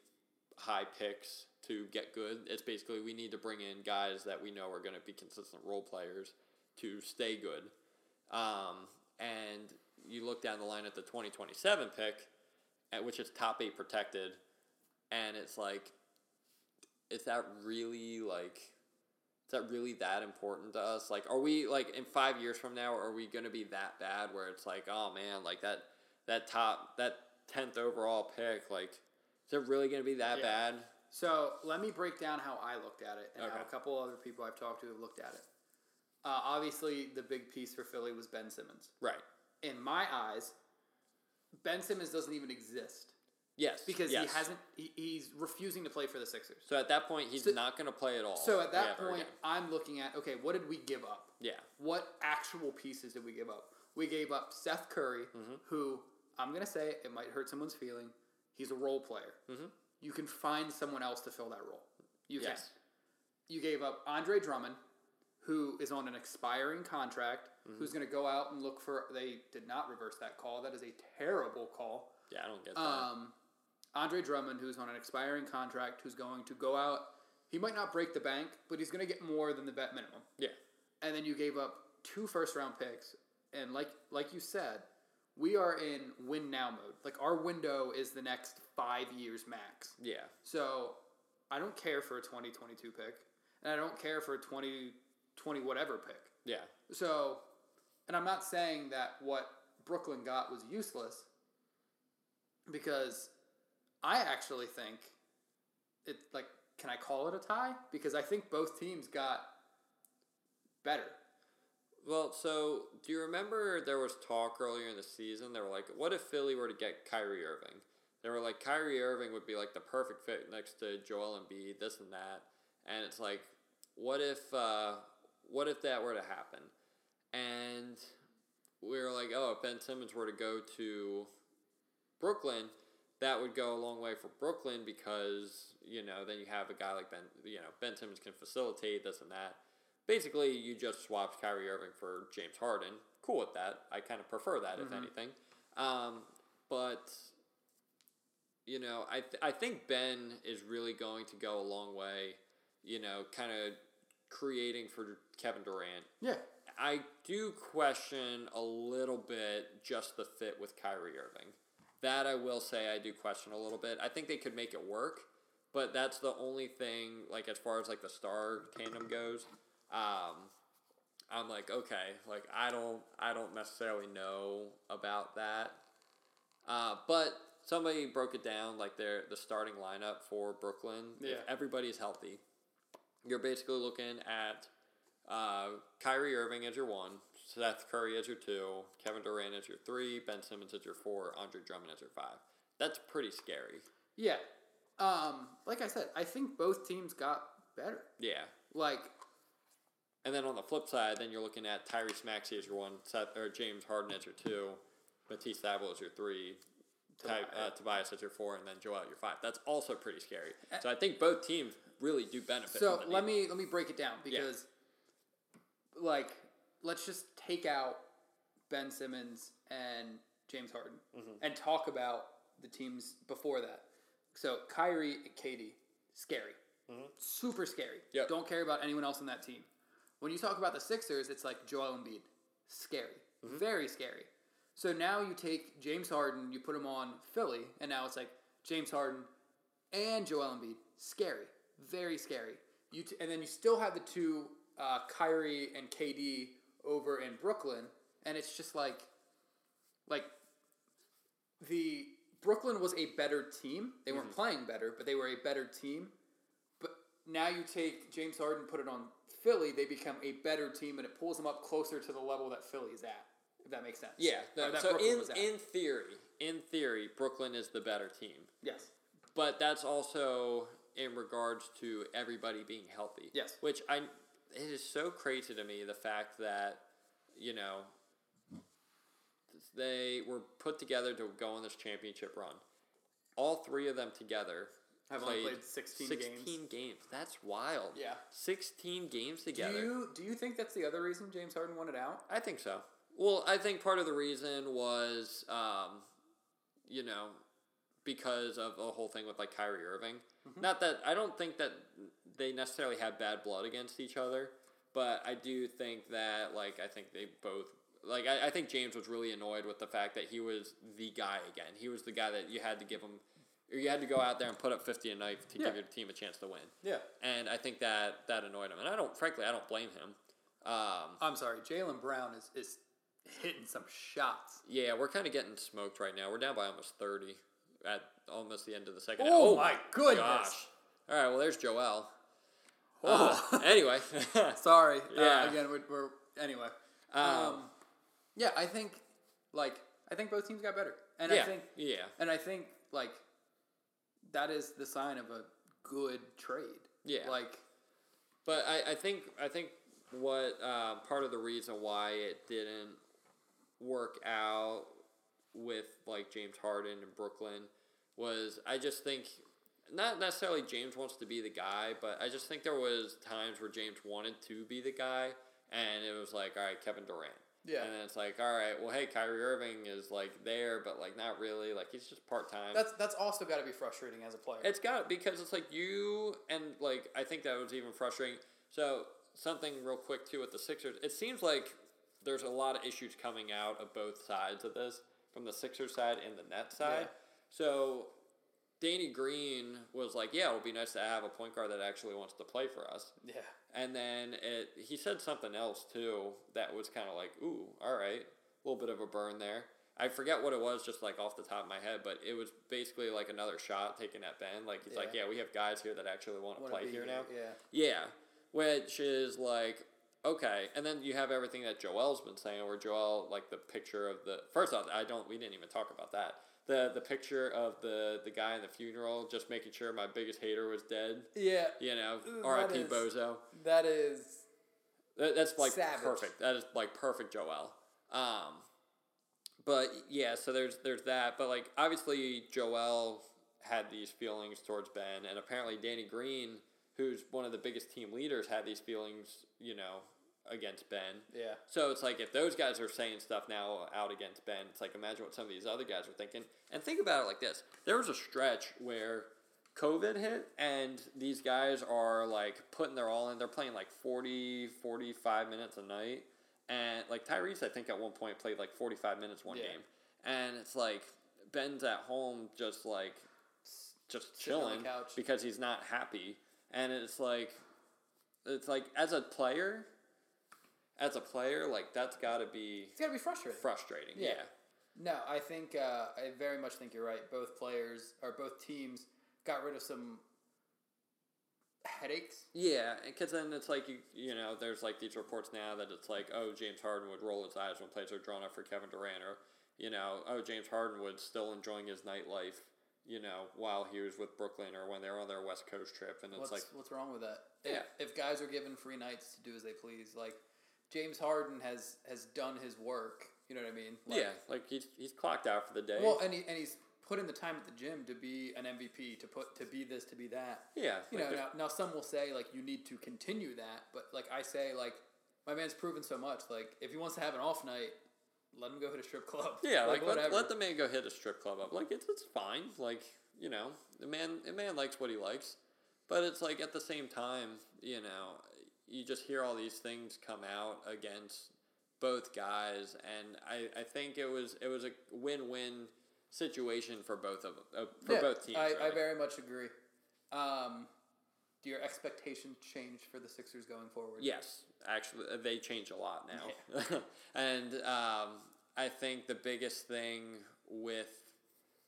high picks to get good. It's basically we need to bring in guys that we know are gonna be consistent role players to stay good. Um, and you look down the line at the twenty twenty seven pick, at which is top eight protected, and it's like is that really like is that really that important to us like are we like in five years from now are we going to be that bad where it's like oh man like that that top that 10th overall pick like is it really going to be that Yeah. bad So let me break down how I looked at it and how Okay. a couple other people I've talked to have looked at it. Uh, obviously, the big piece for Philly was Ben Simmons. right in my eyes, Ben Simmons doesn't even exist yes because yes. he hasn't. He, he's refusing to play for the Sixers. so at that point he's So- not going to play at all So at that ever point, again. I'm looking at okay, what did we give up? yeah What actual pieces did we give up? We gave up Seth Curry, who I'm gonna say it might hurt someone's feeling. He's a role player. You can find someone else to fill that role. You can. yes You gave up Andre Drummond, who is on an expiring contract, who's going to go out and look for. They did not reverse that call. That is a terrible call. yeah i don't get that Um, Andre Drummond, who's on an expiring contract, who's going to go out He might not break the bank, but he's going to get more than the bet minimum. Yeah. And then you gave up two first round picks, and like like you said, we are in win now mode. Like our window is the next five years max. Yeah. So I don't care for a 2022 pick, and I don't care for a 2020 whatever pick. Yeah. So, and I'm not saying that what Brooklyn got was useless, because I actually think it like can I call it a tie? Because I think both teams got better. Well, so do you remember there was talk earlier in the season? They were like, what if Philly were to get Kyrie Irving? They were like, Kyrie Irving would be like the perfect fit next to Joel Embiid, this and that. And it's like, what if, uh, what if that were to happen? And we were like, oh, if Ben Simmons were to go to Brooklyn, that would go a long way for Brooklyn because you know then you have a guy like Ben, you know Ben Simmons can facilitate this and that. Basically, you just swapped Kyrie Irving for James Harden. Cool with that. I kind of prefer that if anything. Um, but you know, I th- I think Ben is really going to go a long way. You know, kind of creating for Kevin Durant. Yeah. I do question a little bit just the fit with Kyrie Irving. That I will say I do question a little bit. I think they could make it work, but that's the only thing like as far as like the star tandem goes. Um, I'm like okay, like I don't I don't necessarily know about that. Uh, but somebody broke it down like their the starting lineup for Brooklyn. If Yeah. everybody's healthy, you're basically looking at uh, Kyrie Irving as your one, Seth Curry as your two, Kevin Durant as your three, Ben Simmons as your four, Andre Drummond as your five. That's pretty scary. Yeah. Um, like I said, I think both teams got better. Yeah. Like, And then on the flip side, then you're looking at Tyrese Maxey as your one, Seth, or James Harden as your two, Matisse Thybulle as your three, Ty, uh, Tobias as your four, and then Joel at your five. That's also pretty scary. So I think both teams really do benefit. Uh, so from the let deal. me let me break it down because, like, let's just take out Ben Simmons and James Harden Mm-hmm. and talk about the teams before that. So Kyrie, and Katie, scary, super scary. Mm-hmm. Yep. Don't care about anyone else on that team. When you talk about the Sixers, it's like Joel Embiid, scary, Mm-hmm. very scary. So now you take James Harden, you put him on Philly, and now it's like James Harden and Joel Embiid, scary, very scary. You t- and then you still have the two uh, Kyrie and KD over in Brooklyn, and it's just like, like the Brooklyn was a better team. They Mm-hmm. weren't playing better, but they were a better team. But now you take James Harden, put it on Philly, they become a better team, and it pulls them up closer to the level that Philly is at. If that makes sense. Yeah. Or No, Oh, that so Brooklyn in, was at. in theory, in theory, Brooklyn is the better team. yes, But that's also in regards to everybody being healthy. Yes. Which I it is so crazy to me the fact that you know they were put together to go on this championship run. All three of them together Have only played 16 games. 16 games. That's wild. Yeah. 16 games do together. you do you think that's the other reason James Harden wanted out? I think so. Well, I think part of the reason was, um, you know, because of the whole thing with like Kyrie Irving. Not that I don't think that they necessarily have bad blood against each other, but I do think that like I think they both like I, I think James was really annoyed with the fact that he was the guy again. He was the guy that you had to give him, or you had to go out there and put up fifty a night to Yeah. give your team a chance to win. Yeah. And I think that that annoyed him, and I don't frankly I don't blame him. Um, I'm sorry, Jalen Brown is, is hitting some shots. Yeah, we're kind of getting smoked right now. We're down by almost 30 at almost the end of the second. Oh my goodness. Oh. All right, well, there's Joel. Uh, anyway, Sorry. Yeah. Uh, again, we're, we're anyway. Um, yeah, I think like I think both teams got better, and yeah, I think yeah, and I think like that is the sign of a good trade. Yeah. Like but I, I think I think what uh, part of the reason why it didn't work out with like James Harden and Brooklyn was I just think not necessarily James wants to be the guy, but I just think there was times where James wanted to be the guy, and it was like, all right, Kevin Durant. Yeah. And then it's like, all right, well, hey, Kyrie Irving is like there, but like not really. Like he's just part time. That's that's also got to be frustrating as a player. It's got because it's like you and like I think that was even frustrating. So something real quick too with the Sixers. It seems like there's a lot of issues coming out of both sides of this, from the Sixers side and the Nets side. Yeah. So Danny Green was like, "Yeah, it would be nice to have a point guard that actually wants to play for us." yeah. And then it, he said something else too that was kind of like, ooh, all right, a little bit of a burn there. I forget what it was, just like off the top of my head, but it was basically like another shot taken at Ben. Like he's like, Yeah. yeah, we have guys here that actually want to Wanna play be here here, now. yeah. Yeah, which is like okay, and then you have everything that Joel's been saying, where Joel like the picture of the first off, I don't we didn't even talk about that. The the picture of the the guy in the funeral, just making sure my biggest hater was dead. Yeah. You know, Ooh, that R.I.P. is- Bozo. That is That, that's like Savage. perfect. That is like perfect, Joel. Um, but yeah, so there's there's that. But like obviously, Joel had these feelings towards Ben, and apparently Danny Green, who's one of the biggest team leaders, had these feelings. You know, against Ben. yeah. So it's like if those guys are saying stuff now out against Ben, it's like imagine what some of these other guys were thinking. And think about it like this: there was a stretch where COVID hit, and these guys are like putting their all in. They're playing like 40, 45 minutes a night, and like Tyrese, I think at one point played like forty five minutes one Yeah. game, and it's like Ben's at home just like just Sitting on the chilling couch. because he's not happy, and it's like it's like as a player as a player, like that's got to be It's got to be frustrating. frustrating. Yeah. Yeah. No, I think uh, I very much think you're right. Both players or both teams got rid of some headaches. Yeah, because then it's like you you know there's like these reports now that it's like oh James Harden would roll his eyes when plays are drawn up for Kevin Durant or you know oh James Harden was still enjoying his nightlife you know while he was with Brooklyn or when they were on their West Coast trip and it's What's like what's wrong with that? Yeah. If, if guys are given free nights to do as they please, like James Harden has has done his work. You know what I mean? Like, yeah like he's he's clocked out for the day. Well, and he, and he's put in the time at the gym to be an MVP, to put to be this, to be that. yeah, You like know, there's- now, now some will say like you need to continue that, but like I say, like my man's proven so much. Like if he wants to have an off night, let him go hit a strip club. Yeah, like, let, let the man go hit a strip club up. Like it's it's fine. Like you know, the man the man likes what he likes, but it's like at the same time, you know, you just hear all these things come out against both guys, and I, I think it was it was a win win situation for both of uh, for Yeah, both teams. I, I really. very much agree. Um, do your expectations change for the Sixers going forward? Yes, actually, uh, they change a lot now, and um, I think the biggest thing with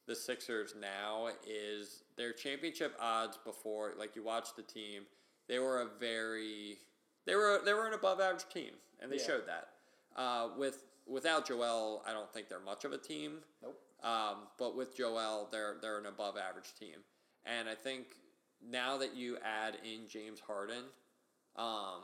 the Sixers now is their championship odds. Before, like you watch the team, they were a very they were they were an above average team, and they Yeah. showed that. Uh, with without Joel, I don't think they're much of a team. Nope. Um, but with Joel, they're they're an above average team, and I think now that you add in James Harden, um,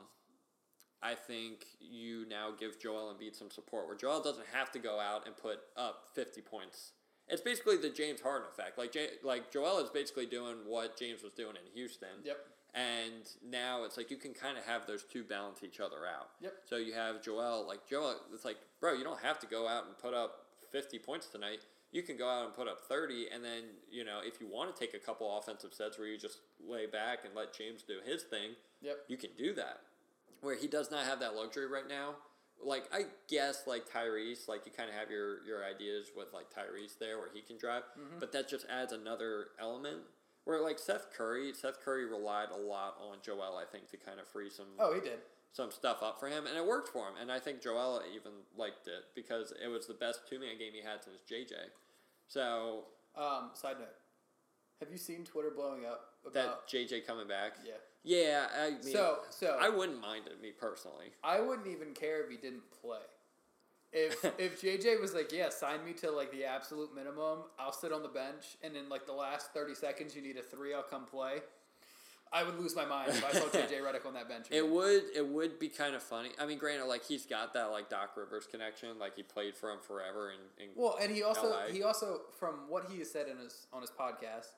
I think you now give Joel Embiid some support where Joel doesn't have to go out and put up fifty points. It's basically the James Harden effect. Like J- like Joel is basically doing what James was doing in Houston. Yep. And now it's like you can kind of have those two balance each other out. Yep. So you have Joel, like Joel, it's like, bro, you don't have to go out and put up 50 points tonight. You can go out and put up 30, and then, you know, if you want to take a couple offensive sets where you just lay back and let James do his thing, Yep. you can do that. Where he does not have that luxury right now. Like I guess like Tyrese, like you kind of have your your ideas with like Tyrese there where he can drive, Mm-hmm. but that just adds another element. Where like Seth Curry, Seth Curry relied a lot on Joel, I think, to kind of free some Oh, he did. some stuff up for him, and it worked for him. And I think Joel even liked it because it was the best two man game he had since JJ. So Um, side note: Have you seen Twitter blowing up that about? JJ coming back, yeah. yeah, I mean, So uh, so I wouldn't mind it, me personally. I wouldn't even care if he didn't play. If if JJ was like, yeah, sign me to like the absolute minimum, I'll sit on the bench, and in like the last thirty seconds, you need a three, I'll come play. I would lose my mind if I saw JJ Redick on that bench. It again. would it would be kind of funny. I mean, granted, like he's got that like Doc Rivers connection, like he played for him forever, and, and Well, and he also LA. he also from what he has said in his on his podcast,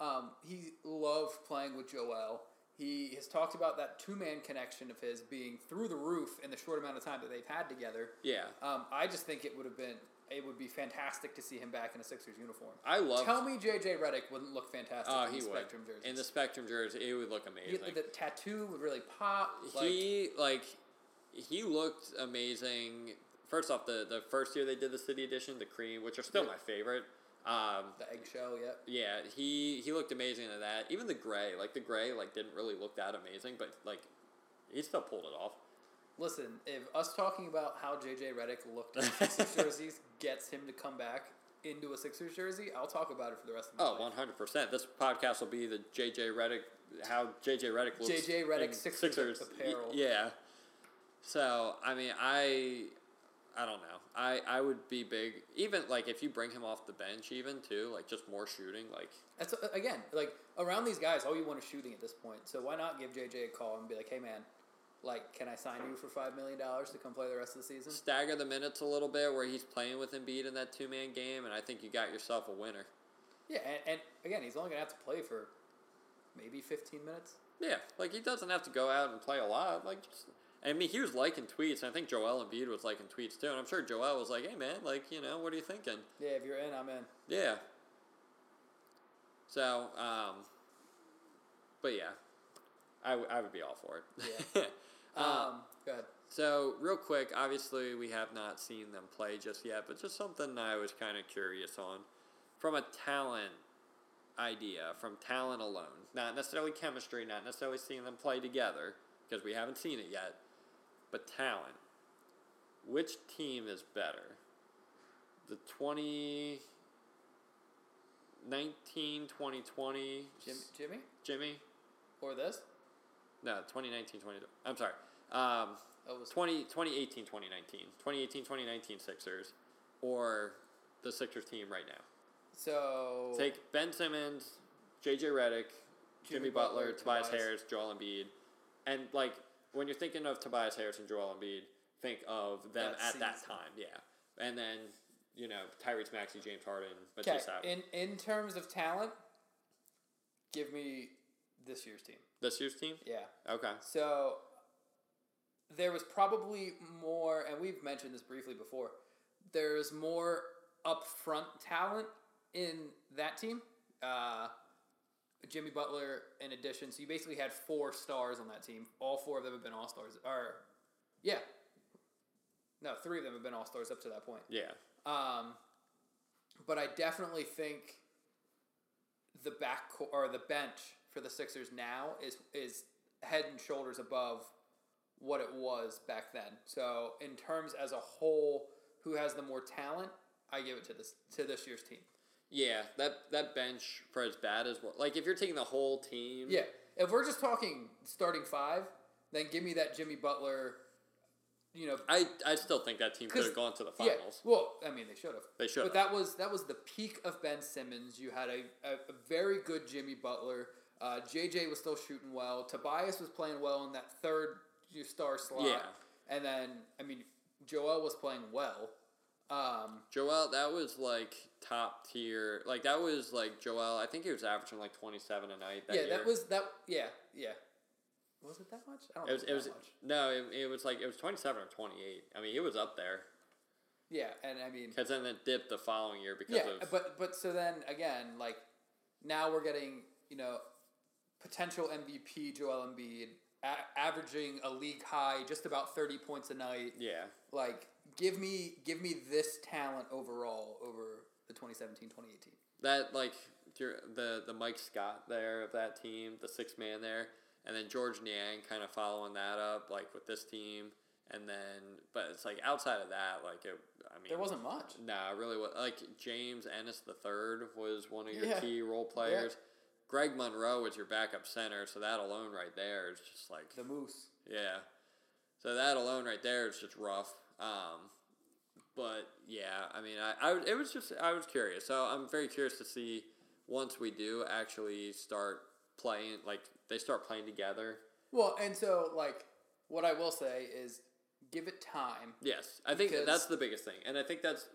um, he loved playing with Joel. He has talked about that two man connection of his being through the roof in the short amount of time that they've had together. Yeah. Um, I just think it would have been it would be fantastic to see him back in a Sixers uniform. I love. Tell me JJ Redick wouldn't look fantastic Oh, in he the would. Spectrum jersey. In the Spectrum jersey, it would look amazing. the tattoo would really pop. Like, he like he looked amazing. First off, the the first year they did the City Edition, the cream, which are still my favorite. Um, the eggshell, yep. yeah, he he looked amazing in that. Even the gray, like the gray, like didn't really look that amazing, but like he still pulled it off. Listen, if us talking about how JJ Redick looked in Sixers jerseys gets him to come back into a Sixers jersey, I'll talk about it for the rest of my Oh, life. 100%. This podcast will be the JJ Reddick, how JJ Reddick looks. JJ Redick in Sixers y- apparel. Yeah. So, I mean, I I don't know. I, I would be big, even like if you bring him off the bench, even too, like just more shooting. Like, That's uh, again, like around these guys, all you want is shooting at this point. So why not give JJ a call and be like, "Hey, man, like, can I sign you for five million dollars to come play the rest of the season?" stagger the minutes a little bit where he's playing with Embiid in that two man game, and I think you got yourself a winner. Yeah, and, and again, he's only gonna have to play for maybe fifteen minutes. Yeah, like he doesn't have to go out and play a lot. Like, just, I mean, he was liking tweets, and I think Joel Embiid was liking tweets too. And I'm sure Joel was like, "Hey man, like, you know, what are you thinking?" Yeah, if you're in, I'm in. Yeah. So, um, but yeah, I, w- I would be all for it. Yeah. Um, go ahead. so, real quick, obviously, we have not seen them play just yet, but just something I was kind of curious on from a talent idea, from talent alone, not necessarily chemistry, not necessarily seeing them play together, because we haven't seen it yet, but talent. Which team is better? The 2019 2020 Jim, Jimmy Jimmy? or this? No, 2019 20. I'm sorry. Um, Oh, it was 20, 2018 2019 2018 2019 Sixers or the Sixers team right now. so Take Ben Simmons, JJ Redick, Jimmy, Oh. Jimmy Butler, Butler, Tobias, Tobias. Harris, Joel Embiid. And like when you're thinking of Tobias Harris and Joel Embiid, think of them That at that season. time, yeah. And then, you know, Tyrese Maxey, James Harden, Okay, Matisse Thybulle. in in terms of talent, give me this year's team. This year's team? Yeah. Okay. So there was probably more, and we've mentioned this briefly before. There's more upfront talent in that team. Uh, Jimmy Butler, in addition, so you basically had four stars on that team. All four of them have been all stars. Or, yeah, no, three of them have been all stars up to that point. Yeah. Um, but I definitely think the back or the bench for the Sixers now is is head and shoulders above what it was back then. So in terms as a whole, who has the more talent? I give it to this to this year's team. Yeah, that that bench for as bad as what like if you're taking the whole team. Yeah, if we're just talking starting five, then give me that Jimmy Butler. You know, I, I still think that team could 'Cause- have gone to the yeah. finals. Well, I mean, they should have. They should But have. that was that was the peak of Ben Simmons. You had a, a, a very good Jimmy Butler. Uh, JJ was still shooting well. Tobias was playing well in that third you know, star slot. Yeah. And then I mean, Joel was playing well. Um, Joel, that was like top tier. Like that was like Joel. I think he was averaging like twenty seven a night. That yeah, year. that was that. Yeah, yeah. Was it that much? I don't It was. know. It was that much. no. It, it was like it was twenty seven or twenty eight. I mean, it was up there Yeah, and I mean, because then it dipped the following year because yeah, of but but so then again, like now we're getting you know potential MVP Joel Embiid a- averaging a league high, just about thirty points a night. yeah. Like, give me give me this talent overall over the 2017-2018. That like your- the the Mike Scott there of that team, the six man there, and then George Niang kind of following that up like with this team, and then but it's like outside of that, like it. I mean, There wasn't much. No, nah, really. What like James Ennis the third was one of your Yeah. key role players. Greg Monroe was your backup center, so that alone right there is just like The Moose. yeah. So that alone right there is just rough. Um, but yeah, I mean, I, I was- it was just I was curious. So I'm very curious to see once we do actually start playing, like they start playing together. Well, and so like what I will say is give it time. Yes, I think Because- that's the biggest thing, and I think that's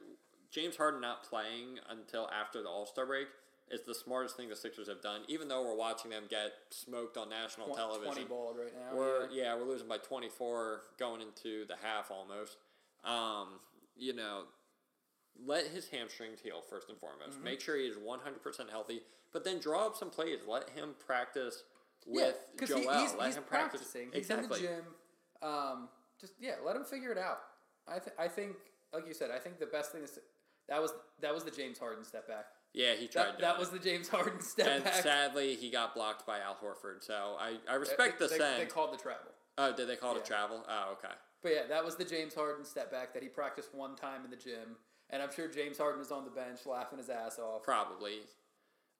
James Harden not playing until after the All Star break It's the smartest thing the Sixers have done, even though we're watching them get smoked on national Twen- television. Twenty balled right now. We're yeah. yeah. we're losing by 24 going into the half almost. Um, you know, let his hamstrings heal first and Mm-hmm. foremost. Make sure he is 100% healthy, but then draw up some plays. Let him practice with because Joel. He, he's, let he's him practice. practicing. He's Exactly. in the gym. Um, just yeah, let him figure it out. I th- I think, like you said, I think the best thing is that was that was the James Harden step back. Yeah, he tried That, doing that it. was the James Harden step and back. sadly, he got blocked by Al Horford. So I, I respect they, the they, send. They called the travel. oh, did they call it Yeah. a travel? Oh, okay. But yeah, that was the James Harden step back that he practiced one time in the gym, and I'm sure James Harden was on the bench laughing his ass off. Probably.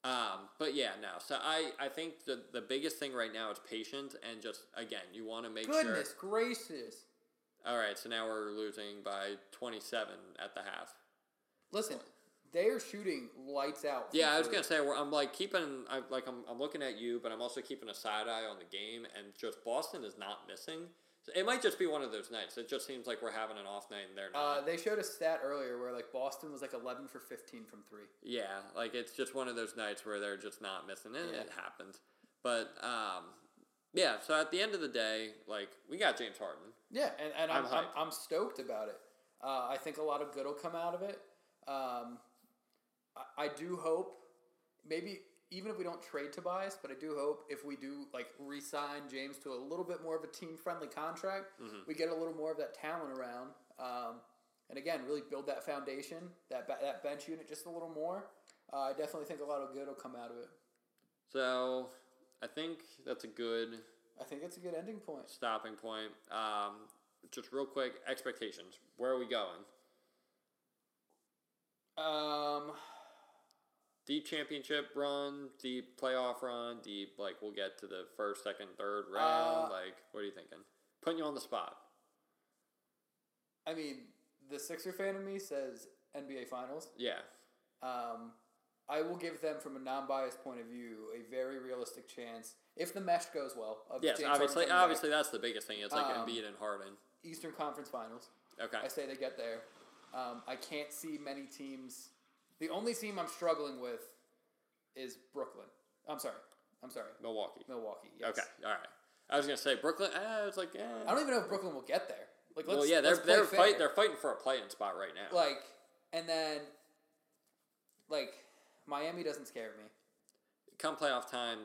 Um, but yeah, no. So I, I think the, the biggest thing right now is patience and just, again, you want to make Goodness sure. gracious! All right, so now we're losing by 27 at the half. Listen, they are shooting lights out. from Yeah, I was three. going to say, we're, I'm like keeping, I, like I'm, I'm looking at you, but I'm also keeping a side eye on the game, and just Boston is not missing. So it might just be one of those nights. It just seems like we're having an off night and they're not. Uh, they showed a stat earlier where like Boston was like 11 for 15 from three. Yeah, like it's just one of those nights where they're just not missing it. Yeah. It happens. But um, yeah, so at the end of the day, like we got James Harden. Yeah, and, and I'm, I'm I'm, I'm, hyped. stoked about it. Uh, I think a lot of good will come out of it. Um, I, I do hope, maybe even if we don't trade Tobias, but I do hope if we do like re-sign James to a little bit more of a team-friendly contract, Mm-hmm. we get a little more of that talent around. Um, and again, really build that foundation, that ba- that bench unit just a little more. Uh, I definitely think a lot of good will come out of it. So I think that's a good I think it's a good ending point. stopping point. Um, just real quick, expectations. Where are we going? Um, Deep championship run, deep playoff run, deep like we'll get to the first, second, third round. Uh, like, what are you thinking? Putting you on the spot. I mean, the Sixer fan in me says NBA Finals. Yeah. Um, I will give them, from a non-biased point of view, a very realistic chance if the mesh goes well. Of Yes, James Harden obviously. coming back, Obviously, that's the biggest thing. It's like Um, Embiid and Harden. Eastern Conference Finals. Okay. I say they get there. Um, I can't see many teams. The only team I'm struggling with is Brooklyn. I'm sorry. I'm sorry. Milwaukee. Milwaukee. Yes. Okay, all right. I was gonna say Brooklyn. Eh, it's like eh. I don't even know if Brooklyn will get there. Like, let's, well, yeah, they're let's play they're fair. fight, they're fighting for a playing spot right now. like, and then, like, Miami doesn't scare me. come playoff time,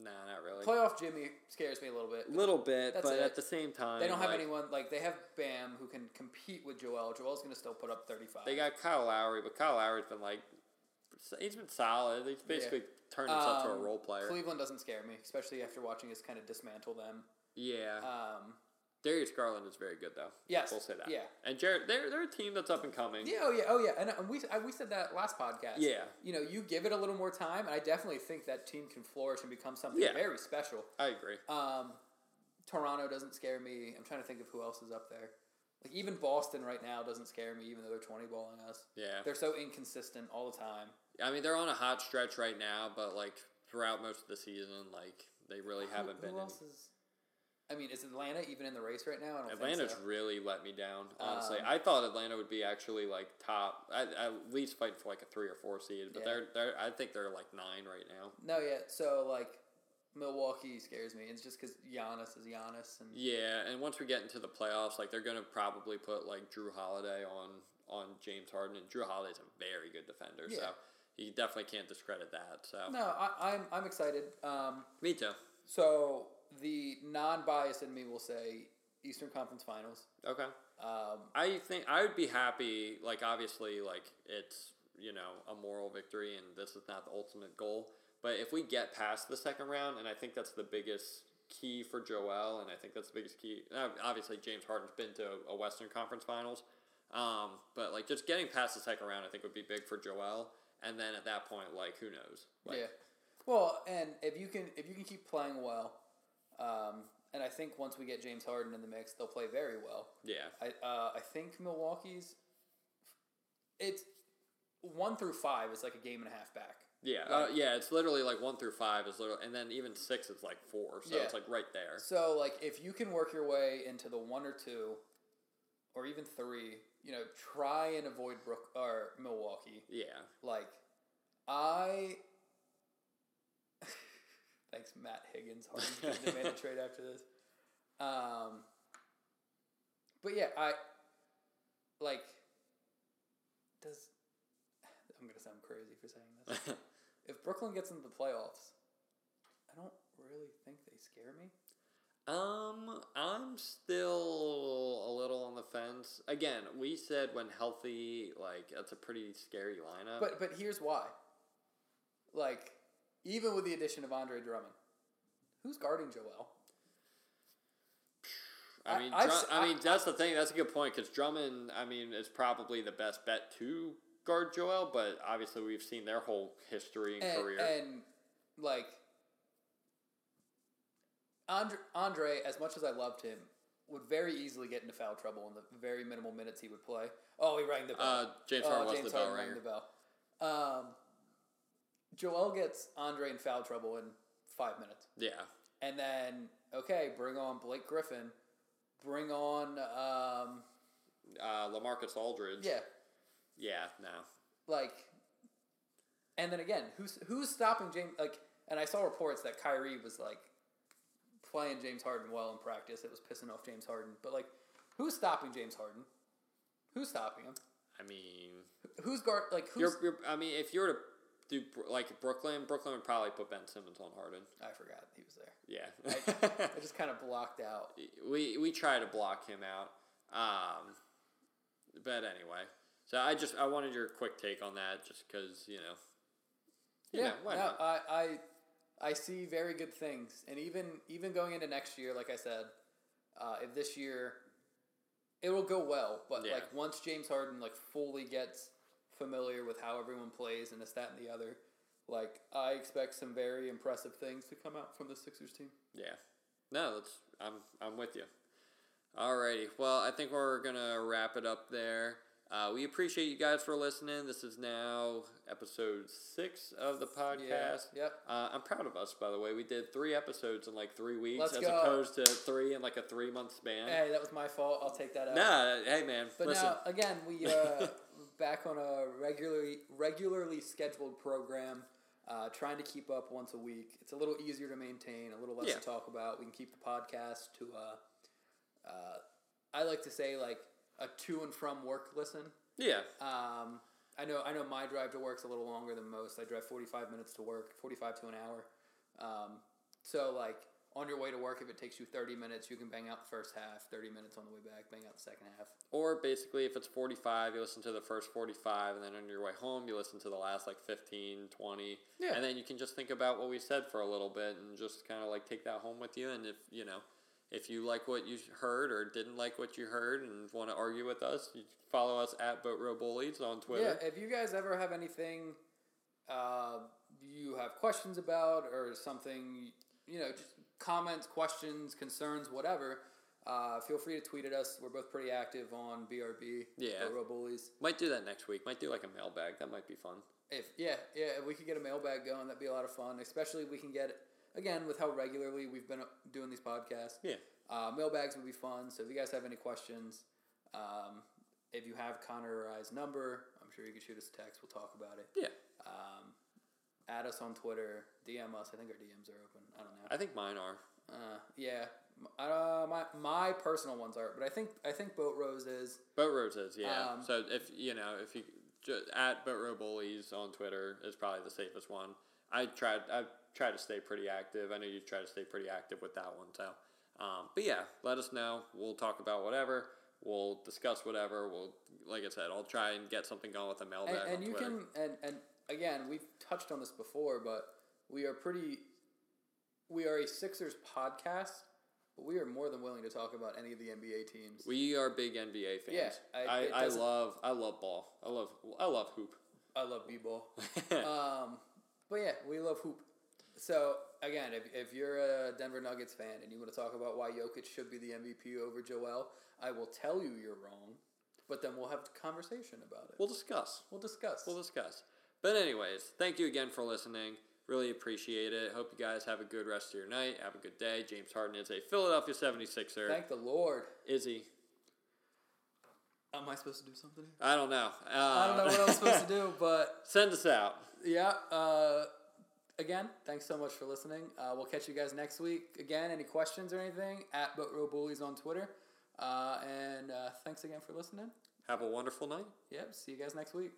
nah, not really. Playoff Jimmy scares me a little bit. A little bit, That's but it. at the same time, They don't have like, anyone like they have Bam who can compete with Joel. Joel's gonna still put up thirty five. They got Kyle Lowry, but Kyle Lowry's been like, he's been solid. He's basically turned himself to a Um, role player. Cleveland doesn't scare me, especially after watching us kind of dismantle them. yeah, Um, Darius Garland is very good though. Yes, we'll say that. yeah. and Jared, they're they're a team that's up and coming. yeah, oh yeah, oh yeah, and, and we I, we said that last podcast. Yeah. you know, you give it a little more time, and I definitely think that team can flourish and become something Yeah. very special. I agree. Um, Toronto doesn't scare me. I'm trying to think of who else is up there. Like even Boston right now doesn't scare me, even though they're twenty balling us. Yeah. They're so inconsistent all the time. I mean, they're on a hot stretch right now, but like throughout most of the season, like they really haven't who, been. Who in- else is? I mean, is Atlanta even in the race right now? I don't Atlanta's think so. really let me down. Honestly, Um, I thought Atlanta would be actually like top, at, at least fighting for like a three or four seed. But Yeah. they're they're I think they're like nine right now. no, yeah. So like, Milwaukee scares me. It's just because Giannis is Giannis, and Yeah, and once we get into the playoffs, like they're gonna probably put like Drew Holiday on on James Harden, and Drew Holiday's a very good defender, so Yeah. you definitely can't discredit that. So no, I, I'm I'm excited. Um, me too. so the non-bias in me will say Eastern Conference Finals. Okay, Um, I think I would be happy. Like obviously, like it's you know a moral victory, and this is not the ultimate goal. But if we get past the second round, and I think that's the biggest key for Joel, and I think that's the biggest key. uh, Obviously, James Harden's been to a Western Conference Finals, um, but like just getting past the second round, I think would be big for Joel. And then at that point, like who knows? Like, yeah. Well, and if you can if you can keep playing well, um, and I think once we get James Harden in the mix, they'll play very well. yeah, I uh, I think Milwaukee's it's one through five is like a game and a half back. yeah, uh, yeah. It's literally like one through five is literally, and then even six is like four, so Yeah. it's like right there. So like if you can work your way into the one or two, or even three, you know, try and avoid Brook or Milwaukee. Yeah, Like I Matt Higgins Harden couldn't have made a trade after this. Um, but yeah, I like. Does I'm gonna sound crazy for saying this? if Brooklyn gets into the playoffs, I don't really think they scare me. Um, I'm still a little on the fence. Again, we said when healthy, like that's a pretty scary lineup. But but here's why. Like, even with the addition of Andre Drummond, who's guarding Joel? I I- mean, I've Drum- s- I, I- mean that's the thing. That's a good point because Drummond, I mean, is probably the best bet to guard Joel. But obviously, we've seen their whole history and, And, career. and like Andre, Andre, as much as I loved him, would very easily get into foul trouble in the very minimal minutes he would play. Oh, he rang the bell. uh, James Oh, Harden was James the bell Harden rang ringer. the bell. Um, Joel gets Andre in foul trouble in five minutes. Yeah, And then, okay, bring on Blake Griffin. Bring on, um, uh, Lamarcus Aldridge. yeah, yeah, no. like, and then again, who's who's stopping James? Like, and I saw reports that Kyrie was like playing James Harden well in practice. It was pissing off James Harden, but like, who's stopping James Harden? Who's stopping him? I mean, Who's guard? Like, who's? you're, you're. I mean, if you were to do Br- like Brooklyn, Brooklyn would probably put Ben Simmons on Harden. I forgot he was there. Yeah, I just kind of blocked out. we we try to block him out. Um, but anyway, so I just I wanted your quick take on that, just because you know. you know, why no, not? I, I I see very good things, and even even going into next year, like I said, uh, if this year it will go well, but Yeah. like once James Harden like fully gets familiar with how everyone plays and this that and the other, like I expect some very impressive things to come out from the Sixers team. Yeah. No, that's I'm I'm with you. Alrighty. Well, I think we're gonna wrap it up there. Uh, we appreciate you guys for listening. This is now episode six of the podcast. Yep. Uh, I'm proud of us, by the way. We did three episodes in like three weeks, Let's as go. opposed to three in like a three month span. Hey, that was my fault. I'll take that out. Nah, hey man, But listen. now again, we uh, back on a regularly regularly scheduled program, uh, trying to keep up once a week. It's a little easier to maintain, a little less Yeah. to talk about. We can keep the podcast to, uh, uh, I like to say like a to and from work listen. yeah, Um, I know I know my drive to work's a little longer than most. I drive forty five minutes to work, forty five to an hour. Um, so like on your way to work, if it takes you thirty minutes, you can bang out the first half. Thirty minutes on the way back, bang out the second half. Or basically, if it's 45, you listen to the first 45, and then on your way home, you listen to the last like 15, 20. Yeah. And then you can just think about what we said for a little bit and just kind of like take that home with you. And if, you know, if you like what you heard or didn't like what you heard and want to argue with us, you follow us at Boat Row Bullies on Twitter. Yeah, if you guys ever have anything uh, you have questions about or something, you know, just comments, questions, concerns, whatever, uh, feel free to tweet at us. We're both pretty active on BRB. Yeah. Row Bullies. Might do that next week. Might do like a mailbag. That might be fun. If yeah, yeah, if we could get a mailbag going, that'd be a lot of fun. Especially we can get again with how regularly we've been uh, doing these podcasts. Yeah. Uh, mailbags would be fun. So if you guys have any questions, um, if you have Connor or I's number, I'm sure you can shoot us a text. We'll talk about it. Yeah. Um, add us on Twitter, DM us. I think our DMs are open. I don't know. I think mine are. Uh, yeah, M- uh, my my personal ones are, but I think I think Boat Rose is. Boat Row says, yeah. Um, so if you know, if you ju- at Boat Row Bullies on Twitter is probably the safest one. I tried. I try to stay pretty active. I know you try to stay pretty active with that one. So, um, but yeah, let us know. We'll talk about whatever. We'll discuss whatever. We'll, like I said, I'll try and get something going with a mailbag and, and on you Twitter. can and and again we've touched on this before but we are pretty we are a sixers podcast but we are more than willing to talk about any of the nba teams we are big NBA fans. Yeah, I- I, it I, doesn't- love I love ball. I love I love hoop. i love b-ball um, but yeah we love hoop so again if, if you're a denver nuggets fan and you want to talk about why jokic should be the mvp over joel i will tell you you're wrong but then we'll have a conversation about it We'll discuss. we'll discuss we'll discuss. But anyways, thank you again for listening. Really appreciate it. Hope you guys have a good rest of your night. Have a good day. James Harden is a Philadelphia 76er. thank the lord Izzy. am i supposed to do something here? I don't know. Uh, i don't know what i'm supposed to do but Send us out. Yeah, uh, again, thanks so much for listening. Uh, we'll catch you guys next week. Again, any questions or anything, at But Row Bullies on Twitter. Uh, and uh, thanks again for listening. Have a wonderful night. Yep, see you guys next week.